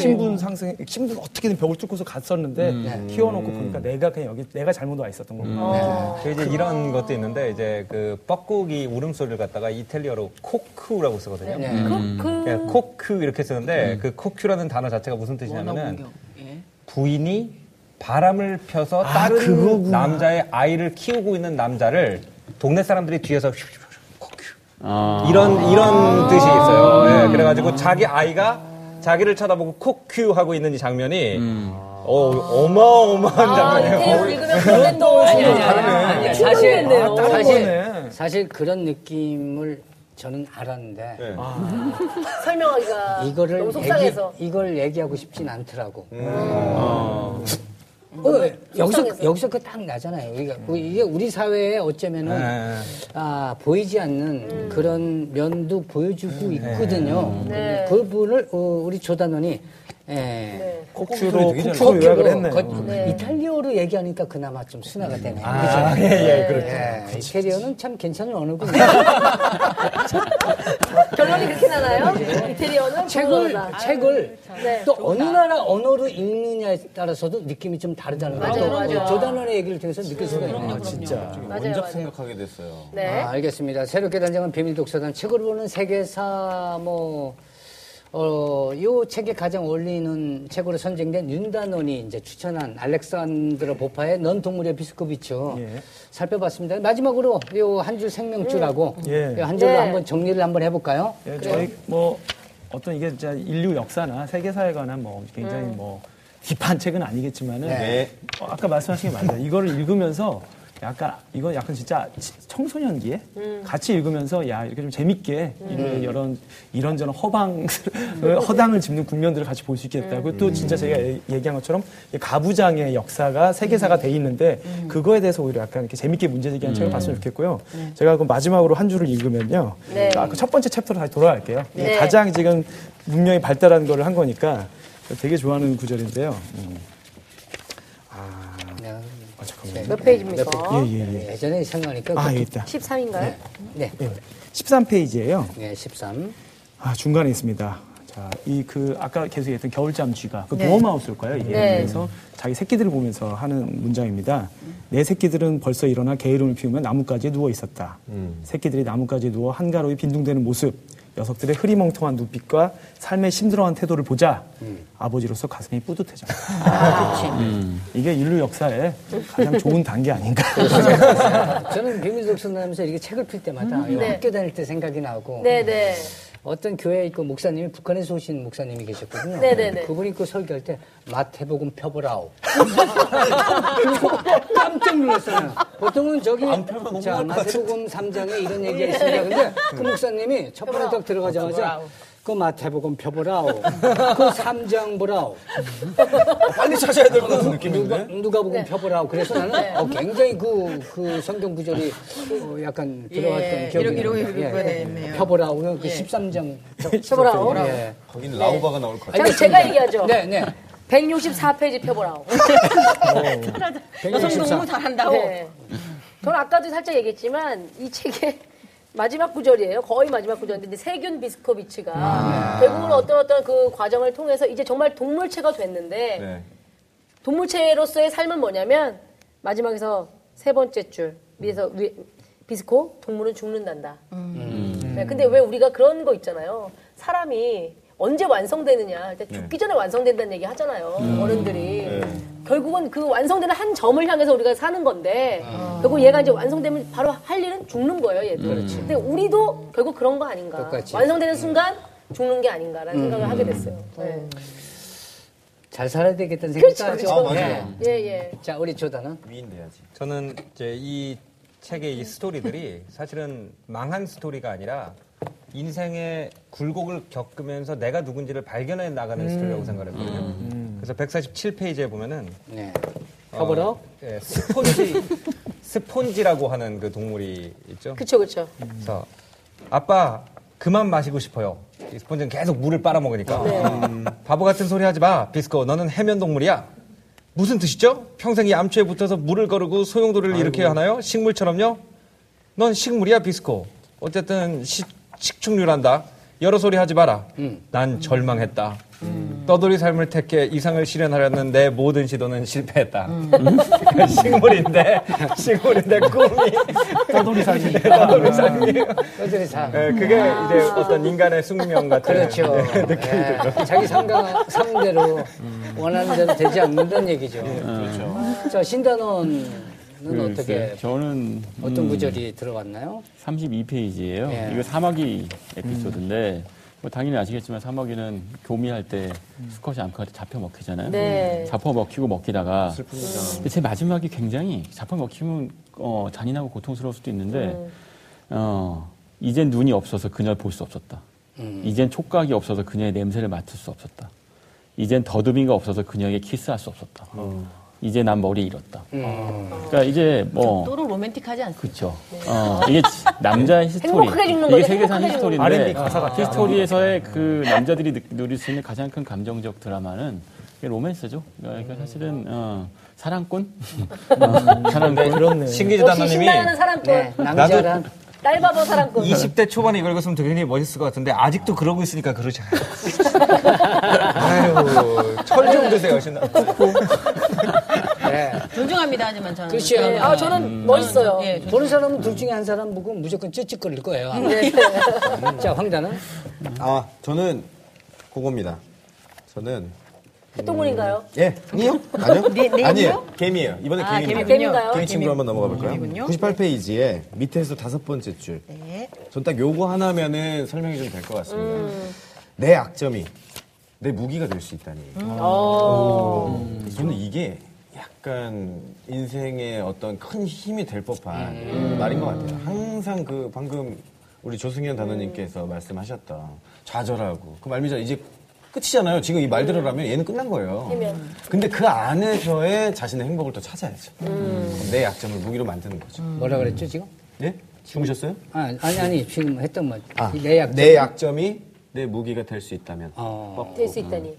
신분 상승, 신분 어떻게든 벽을 뚫고서 갔었는데 키워놓고 보니까 내가 그냥 여기 내가 잘못 와 있었던 거구나. 그 이제 이런 것도 있는데 이제 그 뻐꾸기 울음소리를 갖다가 이탈리아로 코크라고 쓰거든요. 그, 예, 코크 이렇게 쓰는데 그 코큐라는 단어 자체가 무슨 뜻이냐면은 부인이 바람을 펴서 다른 남자의 아이를 키우고 있는 남자를 동네 사람들이 뒤에서 휘휘휘휘 코큐 이런 이런 뜻이 있어요. 예, 그래가지고 자기 아이가 자기를 쳐다보고 코큐 하고 있는 이 장면이 어, 어마어마한 아, 장면이에요. 이태원 읽으면 그때 또. 뭐, 아니, 아니, 사실, 충격이었네요. 사실, 사실 그런 느낌을 저는 알았는데 네. 설명하기가 이거를 너무 속상해서. 얘기, 이걸 얘기하고 싶진 않더라고. 어, 여기서 여기서 그 딱 나잖아요. 이게, 뭐 이게 우리 사회에 어쩌면은 예. 아, 보이지 않는 그런 면도 보여주고 있거든요. 네. 그 부분을 어, 우리 조단원이 예. 네. 꼭주로 되게 잘 꼭주로 요약을 했네요. 거의 이탈리어로 얘기하니까 그나마 좀 순화가 되네요. 아, 예, 예, 그렇죠. 예, 이태리어는 참 괜찮은 언어군요. 결론이 그렇게 나나요? 이태리어는 책을, 불어라. 책을 아, 네. 또 어느 나라 언어로 읽느냐에 따라서도 느낌이 좀 다르다는 걸 맞아요, 또 맞아요. 조단원의 얘기를 통해서 느낄 수가 있네요. 진짜. 맞아요, 원작 맞아요. 생각하게 됐어요. 네. 아, 알겠습니다. 새롭게 단장은 비밀 독서단 책으로 보는 세계사 뭐 어, 요 책에 가장 어울리는 책으로 선정된 윤단원이 이제 추천한 알렉산드로 보파의 넌 동물의 비스코비츠 예. 살펴봤습니다. 마지막으로 요 한 줄 생명줄하고 예. 요 한 줄로 네. 한번 정리를 한번 해볼까요? 예, 저희 뭐 어떤 이게 진짜 인류 역사나 세계사에 관한 뭐 굉장히 뭐 딥한 책은 아니겠지만은 네. 어, 아까 말씀하신 게 맞아요. 이거를 읽으면서 약간 이건 약간 진짜 치- 청소년기에 같이 읽으면서 야 이렇게 좀 재밌게 이런 이런 이런저런 허방 (laughs) 허당을 짚는 국면들을 같이 볼 수 있겠다. 그리고 음. 또 진짜 제가 얘- 얘기한 것처럼 이 가부장의 역사가 세계사가 돼 있는데 음. 그거에 대해서 오히려 약간 이렇게 재밌게 문제 제기한 책을 봤으면 좋겠고요. 제가 그 마지막으로 한 줄을 읽으면요. 네. 아, 그첫 번째 챕터로 다시 돌아갈게요. 이게 네. 가장 지금 문명이 발달한 거를 한 거니까 되게 좋아하는 구절인데요. 음. 아, 잠깐만요. 몇 페이지입니까? 예, 예, 예. 예전에 생각하니까 아, 그- 여기 있다. 13인가요? 네. 예. 13페이지예요. 네, 13. 아, 중간에 있습니다. 자, 이 그 아까 계속 얘기했던 겨울잠 쥐가 그 보험하우스일 거예요. 이게. 네. 그래서 자기 새끼들을 보면서 하는 문장입니다. 내 새끼들은 벌써 일어나 게으름을 피우며 나뭇가지에 누워 있었다. 새끼들이 나뭇가지에 누워 한가로이 빈둥대는 모습, 녀석들의 흐리멍텅한 눈빛과 삶의 심드렁한 태도를 보자. 아버지로서 가슴이 뿌듯해져. 아, 음. 이게 인류 역사에 가장 좋은 단계 아닌가. 저는 비밀 독서단하면서 이렇게 책을 필 때마다 요 네. 학교 다닐 때 생각이 나고 네, 네. 어떤 교회에 있고 목사님이 북한에서 오신 목사님이 계셨거든요. 네네네. 그분이 그 설교할 때 마태복음 펴보라오. (laughs) 깜짝 놀랐어요. 보통은 저기 자, 마태복음 3장에 이런 얘기가 있습니다. 근데 음. 그 목사님이 첫 번에 딱 들어가자마자 그 마태복음 펴보라오. 그 3장 보라오. 빨리 찾아야 될 것 같은 느낌인데? 누가 네. 보고 펴보라고 그래서 나는 어, 굉장히 그, 그 성경 구절이 어, 약간 들어왔던 예, 기억이 이렇게, 이렇게 납니다. 읽어야 되겠네요. 예. (laughs) 펴보라고는 그 13장 펴보라고? 예. 거긴 라오바가 나올 것 같아요. 자, 제가 얘기하죠. 네, 네. 164페이지 펴보라고. 여성 164. 동무 잘한다고. 네. 저는 아까도 살짝 얘기했지만 이 책의 (laughs) 마지막 구절이에요. 거의 마지막 구절인데 이제 세균 비스코비치가 결국은 어떤 어떤 그 과정을 통해서 이제 정말 동물체가 됐는데 네. 동물체로서의 삶은 뭐냐면 마지막에서 세 번째 줄 위에서 위, 비스코 동물은 죽는단다. 네, 근데 왜 우리가 그런 거 있잖아요. 사람이 언제 완성되느냐. 일단 죽기 전에 완성된다는 얘기 하잖아요. 어른들이. 결국은 그 완성되는 한 점을 향해서 우리가 사는 건데 결국 얘가 이제 완성되면 바로 할 일은 죽는 거예요, 얘도. 그렇죠. 근데 우리도 결국 그런 거 아닌가. 똑같이. 완성되는 순간 죽는 게 아닌가라는 생각을 하게 됐어요. 네. 잘 살아야 되겠다는 생각이 그렇죠, 나죠. 그렇죠. 네. 예, 예. 자, 우리 조단은 위인 돼야지. 저는 이제 이 책의 이 스토리들이 사실은 망한 스토리가 아니라 인생의 굴곡을 겪으면서 내가 누군지를 발견해 나가는 스토리라고 생각했거든요. 그래서 147페이지에 보면은 네. 어, 예, 스폰지 스폰지라고 하는 그 동물이 있죠. 그쵸, 그쵸. 그래서 아빠 그만 마시고 싶어요. 이 스폰지는 계속 물을 빨아먹으니까 네. 음, 바보 같은 소리 하지 마 비스코 너는 해면 동물이야. 무슨 뜻이죠? 평생 이 암초에 붙어서 물을 거르고 소용돌이를 일으켜야 하나요? 식물처럼요? 넌 식물이야 비스코. 어쨌든 시- 식충류란다. 여러 소리 하지 마라. 난 절망했다. 떠돌이 삶을 택해 이상을 실현하려는 내 모든 시도는 실패했다. 음. 식물인데 식물인데 꿈이 떠돌이 삶이. 떠돌이 삶이 여전히 사. 예, 그게 이제 어떤 인간의 숙명 같은 (laughs) 그렇죠. 예, 네, 예. 느낌이 들죠. 자기 상가, 상대로 음. 원하는 대로 되지 않는다는 얘기죠. 예, 그렇죠. 자, 네, 신단원은 어떻게, 네, 저는 어떤 음, 구절이 들어왔나요? 32페이지예요. 예. 이거 사마귀 에피소드인데 뭐 당연히 아시겠지만 사마귀는 교미할 때 수컷이 암컷한테 잡혀 먹히잖아요. 네. 잡혀 먹히고 먹히다가 근데 제 마지막이 굉장히 잡혀 먹히면 어, 잔인하고 고통스러울 수도 있는데 음. 어, 이젠 눈이 없어서 그녀를 볼 수 없었다. 이젠 촉각이 없어서 그녀의 냄새를 맡을 수 없었다. 이젠 더듬이가 없어서 그녀에게 키스할 수 없었다. 이제 난 머리 잃었다. 그러니까 이제 뭐 또로 로맨틱하지 네. 않습니다. 그렇죠. 어, 이게 지- 남자의 히스토리. 행복하게 죽는 이게 거죠, 세계상 행복하게 죽는 히스토리인데 히스토리에서의 그 남자들이 느- 누릴 수 있는 가장 큰 감정적 드라마는 이게 로맨스죠. 음. 그러니까 사실은 어, 사랑꾼. 어, 사랑꾼. 그렇네. 신기주 역시 단원님이 신나는 사람꾼, 네. 남자란 딸바보 사람꾼. 네. 20대 초반에 이걸 읽었으면 되게 멋있을 것 같은데 아직도 그러고 있으니까 그러지 않아요. 아유, 철 좀 드세요, 신나. 존중합니다 하지만 저는. 그렇지. 네, 아, 저는 멋있어요. 예, 존- 네. 보는 사람은 둘 중에 한 사람 보고 무조건 찌찌거릴 거예요. 아마. 네. 자, 황단은? 아, 저는 그겁니다. 저는 해동문인가요? 예, 아니요? 아니요? 네, 네, 아니에요. 개미예요. 이번에 아, 개미입니다. 개미군요. 개미인가요? 개미 친구 한번 넘어가 볼까요? 개미군요. 98페이지에 밑에서 다섯 번째 줄. 네. 전 딱 요거 하나면은 설명이 좀 될 것 같습니다. 내 약점이 내 무기가 될 수 있다니. 저는 이게 약간 인생의 어떤 큰 힘이 될 법한 말인 것 같아요. 항상 그 방금 우리 조승현 단원님께서 말씀하셨던 좌절하고 그 말미잘 이제 끝이잖아요. 지금 이 말대로라면 얘는 끝난 거예요. 근데 그 안에서의 자신의 행복을 또 찾아야죠. 내 약점을 무기로 만드는 거죠. 뭐라 그랬죠, 지금? 예? 죽으셨어요? 아, 아니, 아니, 지금 했던 말. 내 약점. 네. 내 약점이 내 무기가 될 수 있다면. 될 수 있다니.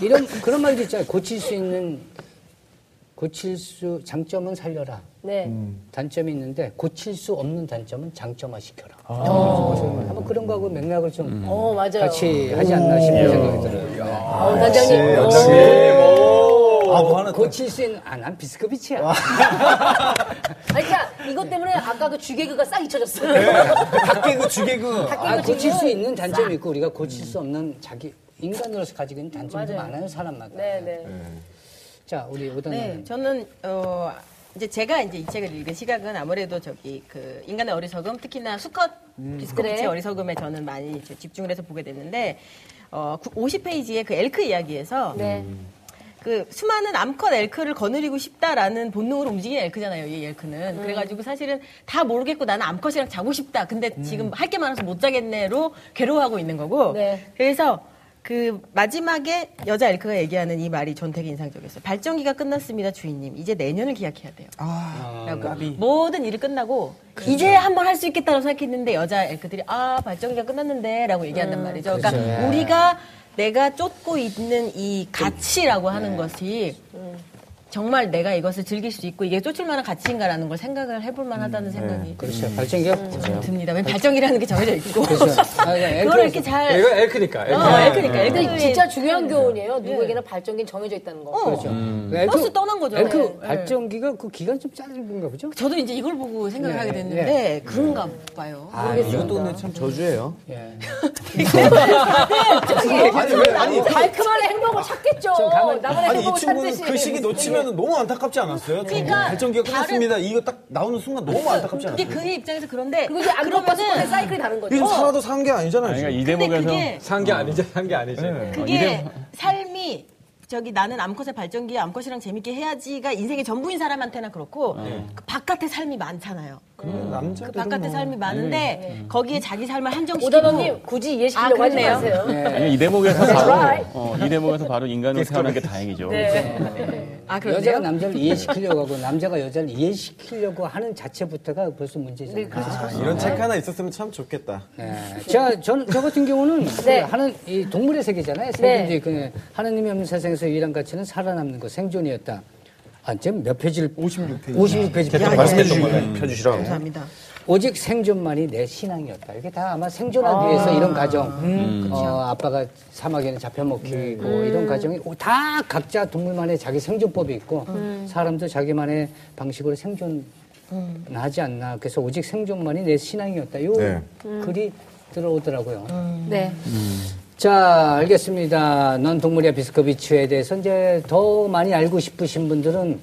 이런, 그런 말도 있잖아요. 고칠 수 있는, 고칠 수, 장점은 살려라. 네. 음. 단점이 있는데, 고칠 수 없는 단점은 장점화 시켜라. 아. 아마 그런 거하고 맥락을 좀 음. 어, 맞아요. 같이 하지 않나 싶은 생각이 들어요. 네. 어, 단장님. 아, 뭐 하나 고칠 수 있는, 아, 난 비스커비치야. 아니, 그러니까 이것 때문에 아까 그 주개그가 싹 잊혀졌어요. 닭개그, 주개그. 아, 고칠 수 있는 단점이 있고 우리가 고칠 수 없는 자기 인간으로서 가지고 있는 단점도 맞아요. 많아요 사람마다. (laughs) 네, 네. 자 우리 오단 네, 님 저는 어 이제 제가 이제 이 책을 읽은 시각은 아무래도 저기 그 인간의 어리석음, 특히나 수컷 비스코비치의 그래. 어리석음에 저는 많이 이제 집중을 해서 보게 됐는데 어 50페이지의 그 엘크 이야기에서 네. 그 수많은 암컷 엘크를 거느리고 싶다라는 본능으로 움직이는 엘크잖아요. 이 엘크는 그래가지고 사실은 다 모르겠고 나는 암컷이랑 자고 싶다. 근데 지금 할 게 많아서 못 자겠네로 괴로워하고 있는 거고. 네. 그래서 그 마지막에 여자 엘크가 얘기하는 이 말이 전 되게 인상적이었어요. 발전기가 끝났습니다, 주인님. 이제 내년을 기약해야 돼요. 라고. 그 모든 일이 끝나고 그렇죠. 이제 한번 할 수 있겠다고 생각했는데 여자 엘크들이 아 발전기가 끝났는데라고 음, 얘기한단 말이죠. 그러니까 그렇죠. 예. 우리가 내가 쫓고 있는 이 가치라고 음. 하는 것이 정말 내가 이것을 즐길 수 있고 이게 쫓을 만한 가치인가라는 걸 생각을 해볼 만하다는 생각이 그렇죠. 발전기가 음. 듭니다. 왜 발전기라는 게 정해져 있고 그렇죠. 아, 예, (laughs) 그걸 엘크에서. 이렇게 잘 이거 엘크니까. 엘크. 어, 엘크니까 근데 엘크 진짜 중요한 교훈이에요. 누구에게나 발전기는 정해져 있다는 거. 어. 음. 네, 버스 떠난 거죠. 엘크 네. 그 발전기가 그 기간 좀 짧은가 보죠? 저도 이제 이걸 보고 생각을 네, 하게 됐는데 그런가 음. 봐요. 아, 이것도 근데 참 저주예요. 예. 아니, 달콤한 행복을 찾겠죠. 나만의 아니, 이 행복을 친구는 찾듯이. 그 시기 놓치면 너무 안타깝지 않았어요? 그러니까 발전기가 끝났습니다. 이거 딱 나오는 순간 너무 안타깝지 그게 않았어요? 그의 입장에서 그런데 그리고 이제 안 겪었을 때 사이클이 다른 거죠. 이거 살아도 산 게 아니잖아요. 그러니까 지금. 네. 이 근데 대목에서 그게 산게 아니지, 산 게 아니지. 그게 삶이 저기 나는 암컷의 발전기 암컷이랑 재밌게 해야지가 인생의 전부인 사람한테나 그렇고 네. 그 바깥의 삶이 많잖아요. 그러면 그 남자들은 바깥의 뭐- 삶이 많은데 음. 거기에 자기 삶을 음. 한정시키고 오단원님 굳이 아, 이해시키려고 하지 그렇네요. 마세요. 아니, 이 대목에서 바로 right. 어, 이 대목에서 바로 인간으로 태어난 게 다행이죠. 아 그런데요? 여자가 남자를 이해시키려고 하고 남자가 여자를 이해시키려고 하는 자체부터가 벌써 문제잖아요. 이런 책 하나 있었으면 참 좋겠다. 예. 자, 전, 저 같은 경우는 네. 그 하는 이 동물의 세계잖아요. 네. 세계 그 하나님이 없는 세상에서 유일한 가치는 살아남는 거, 생존이었다. 아, 지금 몇 페이지를 56페이지. 56페이지. 펴주시라고. 감사합니다. 오직 생존만이 내 신앙이었다. 이게 다 아마 생존하기 위해서 이런 가정, 어, 아빠가 사막에는 잡혀먹히고 이런 가정이 오, 다 각자 동물만의 자기 생존법이 있고 사람도 자기만의 방식으로 생존 하지 않나. 그래서 오직 생존만이 내 신앙이었다. 요 네. 글이 들어오더라고요. 네. 자, 알겠습니다. 넌 동물이야 비스코비치에 대해서 이제 더 많이 알고 싶으신 분들은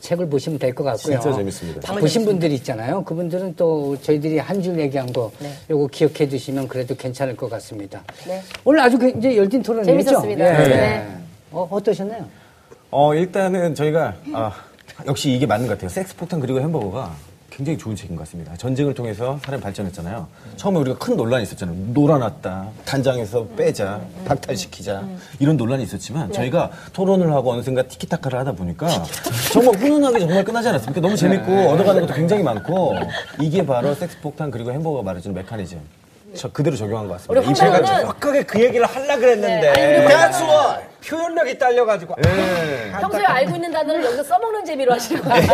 책을 보시면 될 것 같고요. 진짜 재밌습니다. 다 보신 분들이 있잖아요. 그분들은 또 저희들이 한 줄 얘기한 거 네. 요거 기억해 두시면 그래도 괜찮을 것 같습니다. 오늘 아주 굉장히 열띤 토론이었죠? 재밌었습니다. 예. 네. 어, 어떠셨나요? 어, 일단은 저희가, 아, 역시 이게 맞는 것 같아요. 섹스폭탄 그리고 햄버거가 굉장히 좋은 책인 것 같습니다. 전쟁을 통해서 사람이 발전했잖아요. 처음에 우리가 큰 논란이 있었잖아요. 놀아놨다, 단장에서 빼자, 박탈시키자 이런 논란이 있었지만 저희가 토론을 하고 어느 순간 티키타카를 하다 보니까 정말 훈훈하게 정말 끝나지 않았습니까? 너무 재밌고 얻어가는 것도 굉장히 많고 이게 바로 섹스폭탄 그리고 햄버거가 말해주는 메커니즘 저 그대로 적용한 것 우리 같습니다. 이 황당은 책은 정확하게 그 얘기를 하려 그랬는데 뭐 That's why! 표현력이 딸려가지고 예, 평소에 알고 있는 단어를 여기서 써먹는 재미로 하시는 거예요.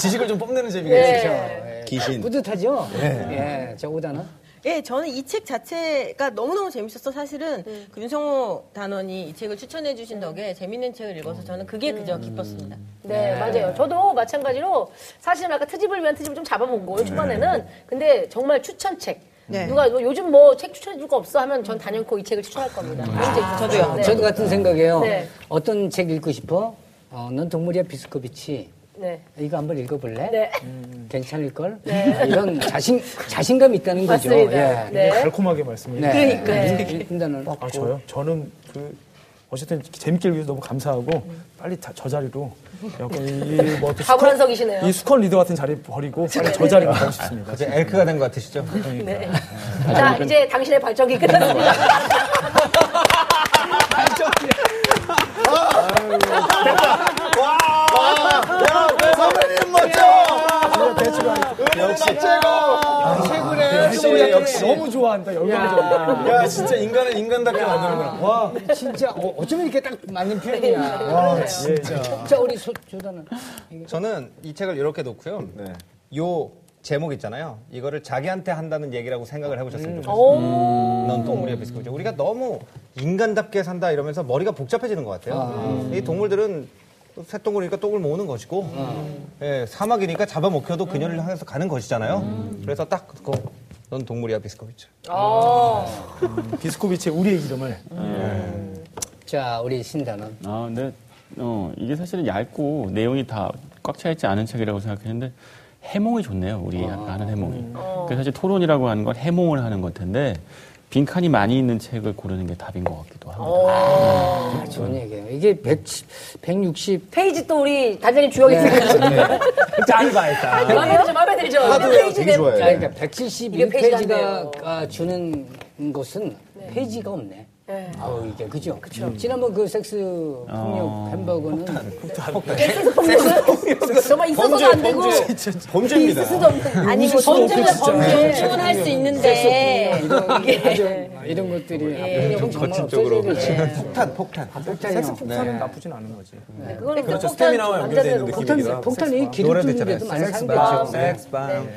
지식을 좀 뽐내는 재미가 있어요. 네. 귀신. 뿌듯하죠? 네. 예, 저 오다나. 예, 저는 이 책 자체가 너무너무 재밌었어. 사실은 그 윤성호 단원이 이 책을 추천해 주신 덕에 재밌는 책을 읽어서 저는 그게 그저 기뻤습니다. 네, 맞아요. 저도 마찬가지로 사실은 아까 트집을 위한 트집을 좀 잡아본 거예요, 초반에는. 근데 정말 추천책. 누가 뭐 요즘 뭐 책 추천해 줄 거 없어 하면 전 단연코 이 책을 추천할 겁니다. 음. 아, 네. 저도요. 저도 같은 생각이에요. 네. 어떤 책 읽고 싶어? 어, 넌 동물이야 비스코비치. 네. 이거 한번 읽어볼래? 네. 음. 괜찮을 걸? 이런 자신 자신감이 있다는 거죠. 맞습니다. 예. 네. (laughs) 달콤하게 말씀을 해주셨어요. 그러니까 판단을 아, 저요? 저는 그 어쨌든 재밌게 읽어서 너무 감사하고 빨리 다, 저 자리로 약간 이뭐 가불한석이시네요. 이 수컷 리더 같은 자리 버리고 빨리 저 자리로 가고 싶습니다. 이제 엘크가 된 것 같으시죠? 음. 네. 자, 이제 당신의 발전기 끝났습니다. 선배님 멋져! 역시 아, 최고! 역시 역시 너무 좋아한다. 열광적이야. 그 야 진짜 인간은 인간답게 만드는구나. 와 진짜 어, 어쩌면 이렇게 딱 맞는 네. 표현이야. 와 진짜. 진짜 우리 소, 조단은 저는 이 책을 이렇게 놓고요. 네. 요 제목 있잖아요. 이거를 자기한테 한다는 얘기라고 생각을 해보셨으면 좋겠어요. 오. 넌 동물이야 비스코죠. 우리가 너무 인간답게 산다 이러면서 머리가 복잡해지는 것 같아요. 이 동물들은 새똥굴이니까 똥을 모으는 것이고, 예, 사막이니까 잡아먹혀도 그녀를 향해서 가는 것이잖아요. 그래서 딱 그거, 넌 동물이야 비스코비죠. 어. 비스코비치의 우리의 이름을 자 우리 신단은 아, 근데 어, 이게 사실은 얇고 내용이 다 꽉 차 있지 않은 책이라고 생각했는데 해몽이 좋네요. 우리 아까 하는 해몽이. 그 사실 토론이라고 하는 건 해몽을 하는 것 텐데 빈칸이 많이 있는 책을 고르는 게 답인 것 같기도 합니다. 아, 좋은 얘기예요. 이게 100, 160 페이지 또 우리 단장님 주역이 들어가시네요. 그 짧아했다. 마음에 들죠, 마음에 들죠. 몇 페이지 되게 내- 좋아요. 아, 그러니까 이게 페이지가 171페이지가 안 돼요. 주는 것은 페이지가 없네. 네. 아우 이게 그죠? 음. 지난번 그 섹스 폭력 햄버거는 정말 있어서도 안 되고 범죄입니다. 있을 수도 없는 아니 범죄가 범죄 충분할 수 있는데 이런 예. 네. 이런 것들이 앞으로 좀 정말 없어져야 되지. 네. 폭탄, 폭탄. 폭탄이요. 폭탄은 나쁘진 않은 거지. 그거는 그렇죠 스태미나와 연결되어 있는 느낌이기도 폭탄 하고. 폭탄이 노래도 기름진데도 있잖아요. 많이 네. 섹스밤, 상대죠. 섹스밤.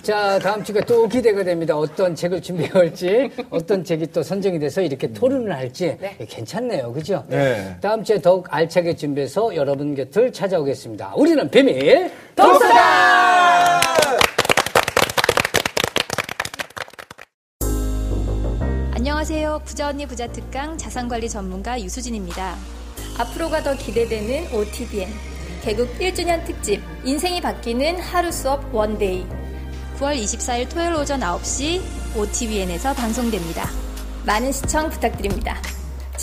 자 다음 주가 또 기대가 됩니다. 어떤 책을 준비할지 어떤 책이 또 선정이 돼서 이렇게 토론을 할지 예, 괜찮네요, 그죠? 네. 다음 주에 더욱 알차게 준비해서 여러분 곁을 찾아오겠습니다. 우리는 비밀 안녕하세요. 부자 언니 부자 특강 자산관리 전문가 유수진입니다. 앞으로가 더 기대되는 OTBN 개국 1주년 특집 인생이 바뀌는 하루 수업 원데이 9월 24일 토요일 오전 9시 OTBN에서 방송됩니다. 많은 시청 부탁드립니다.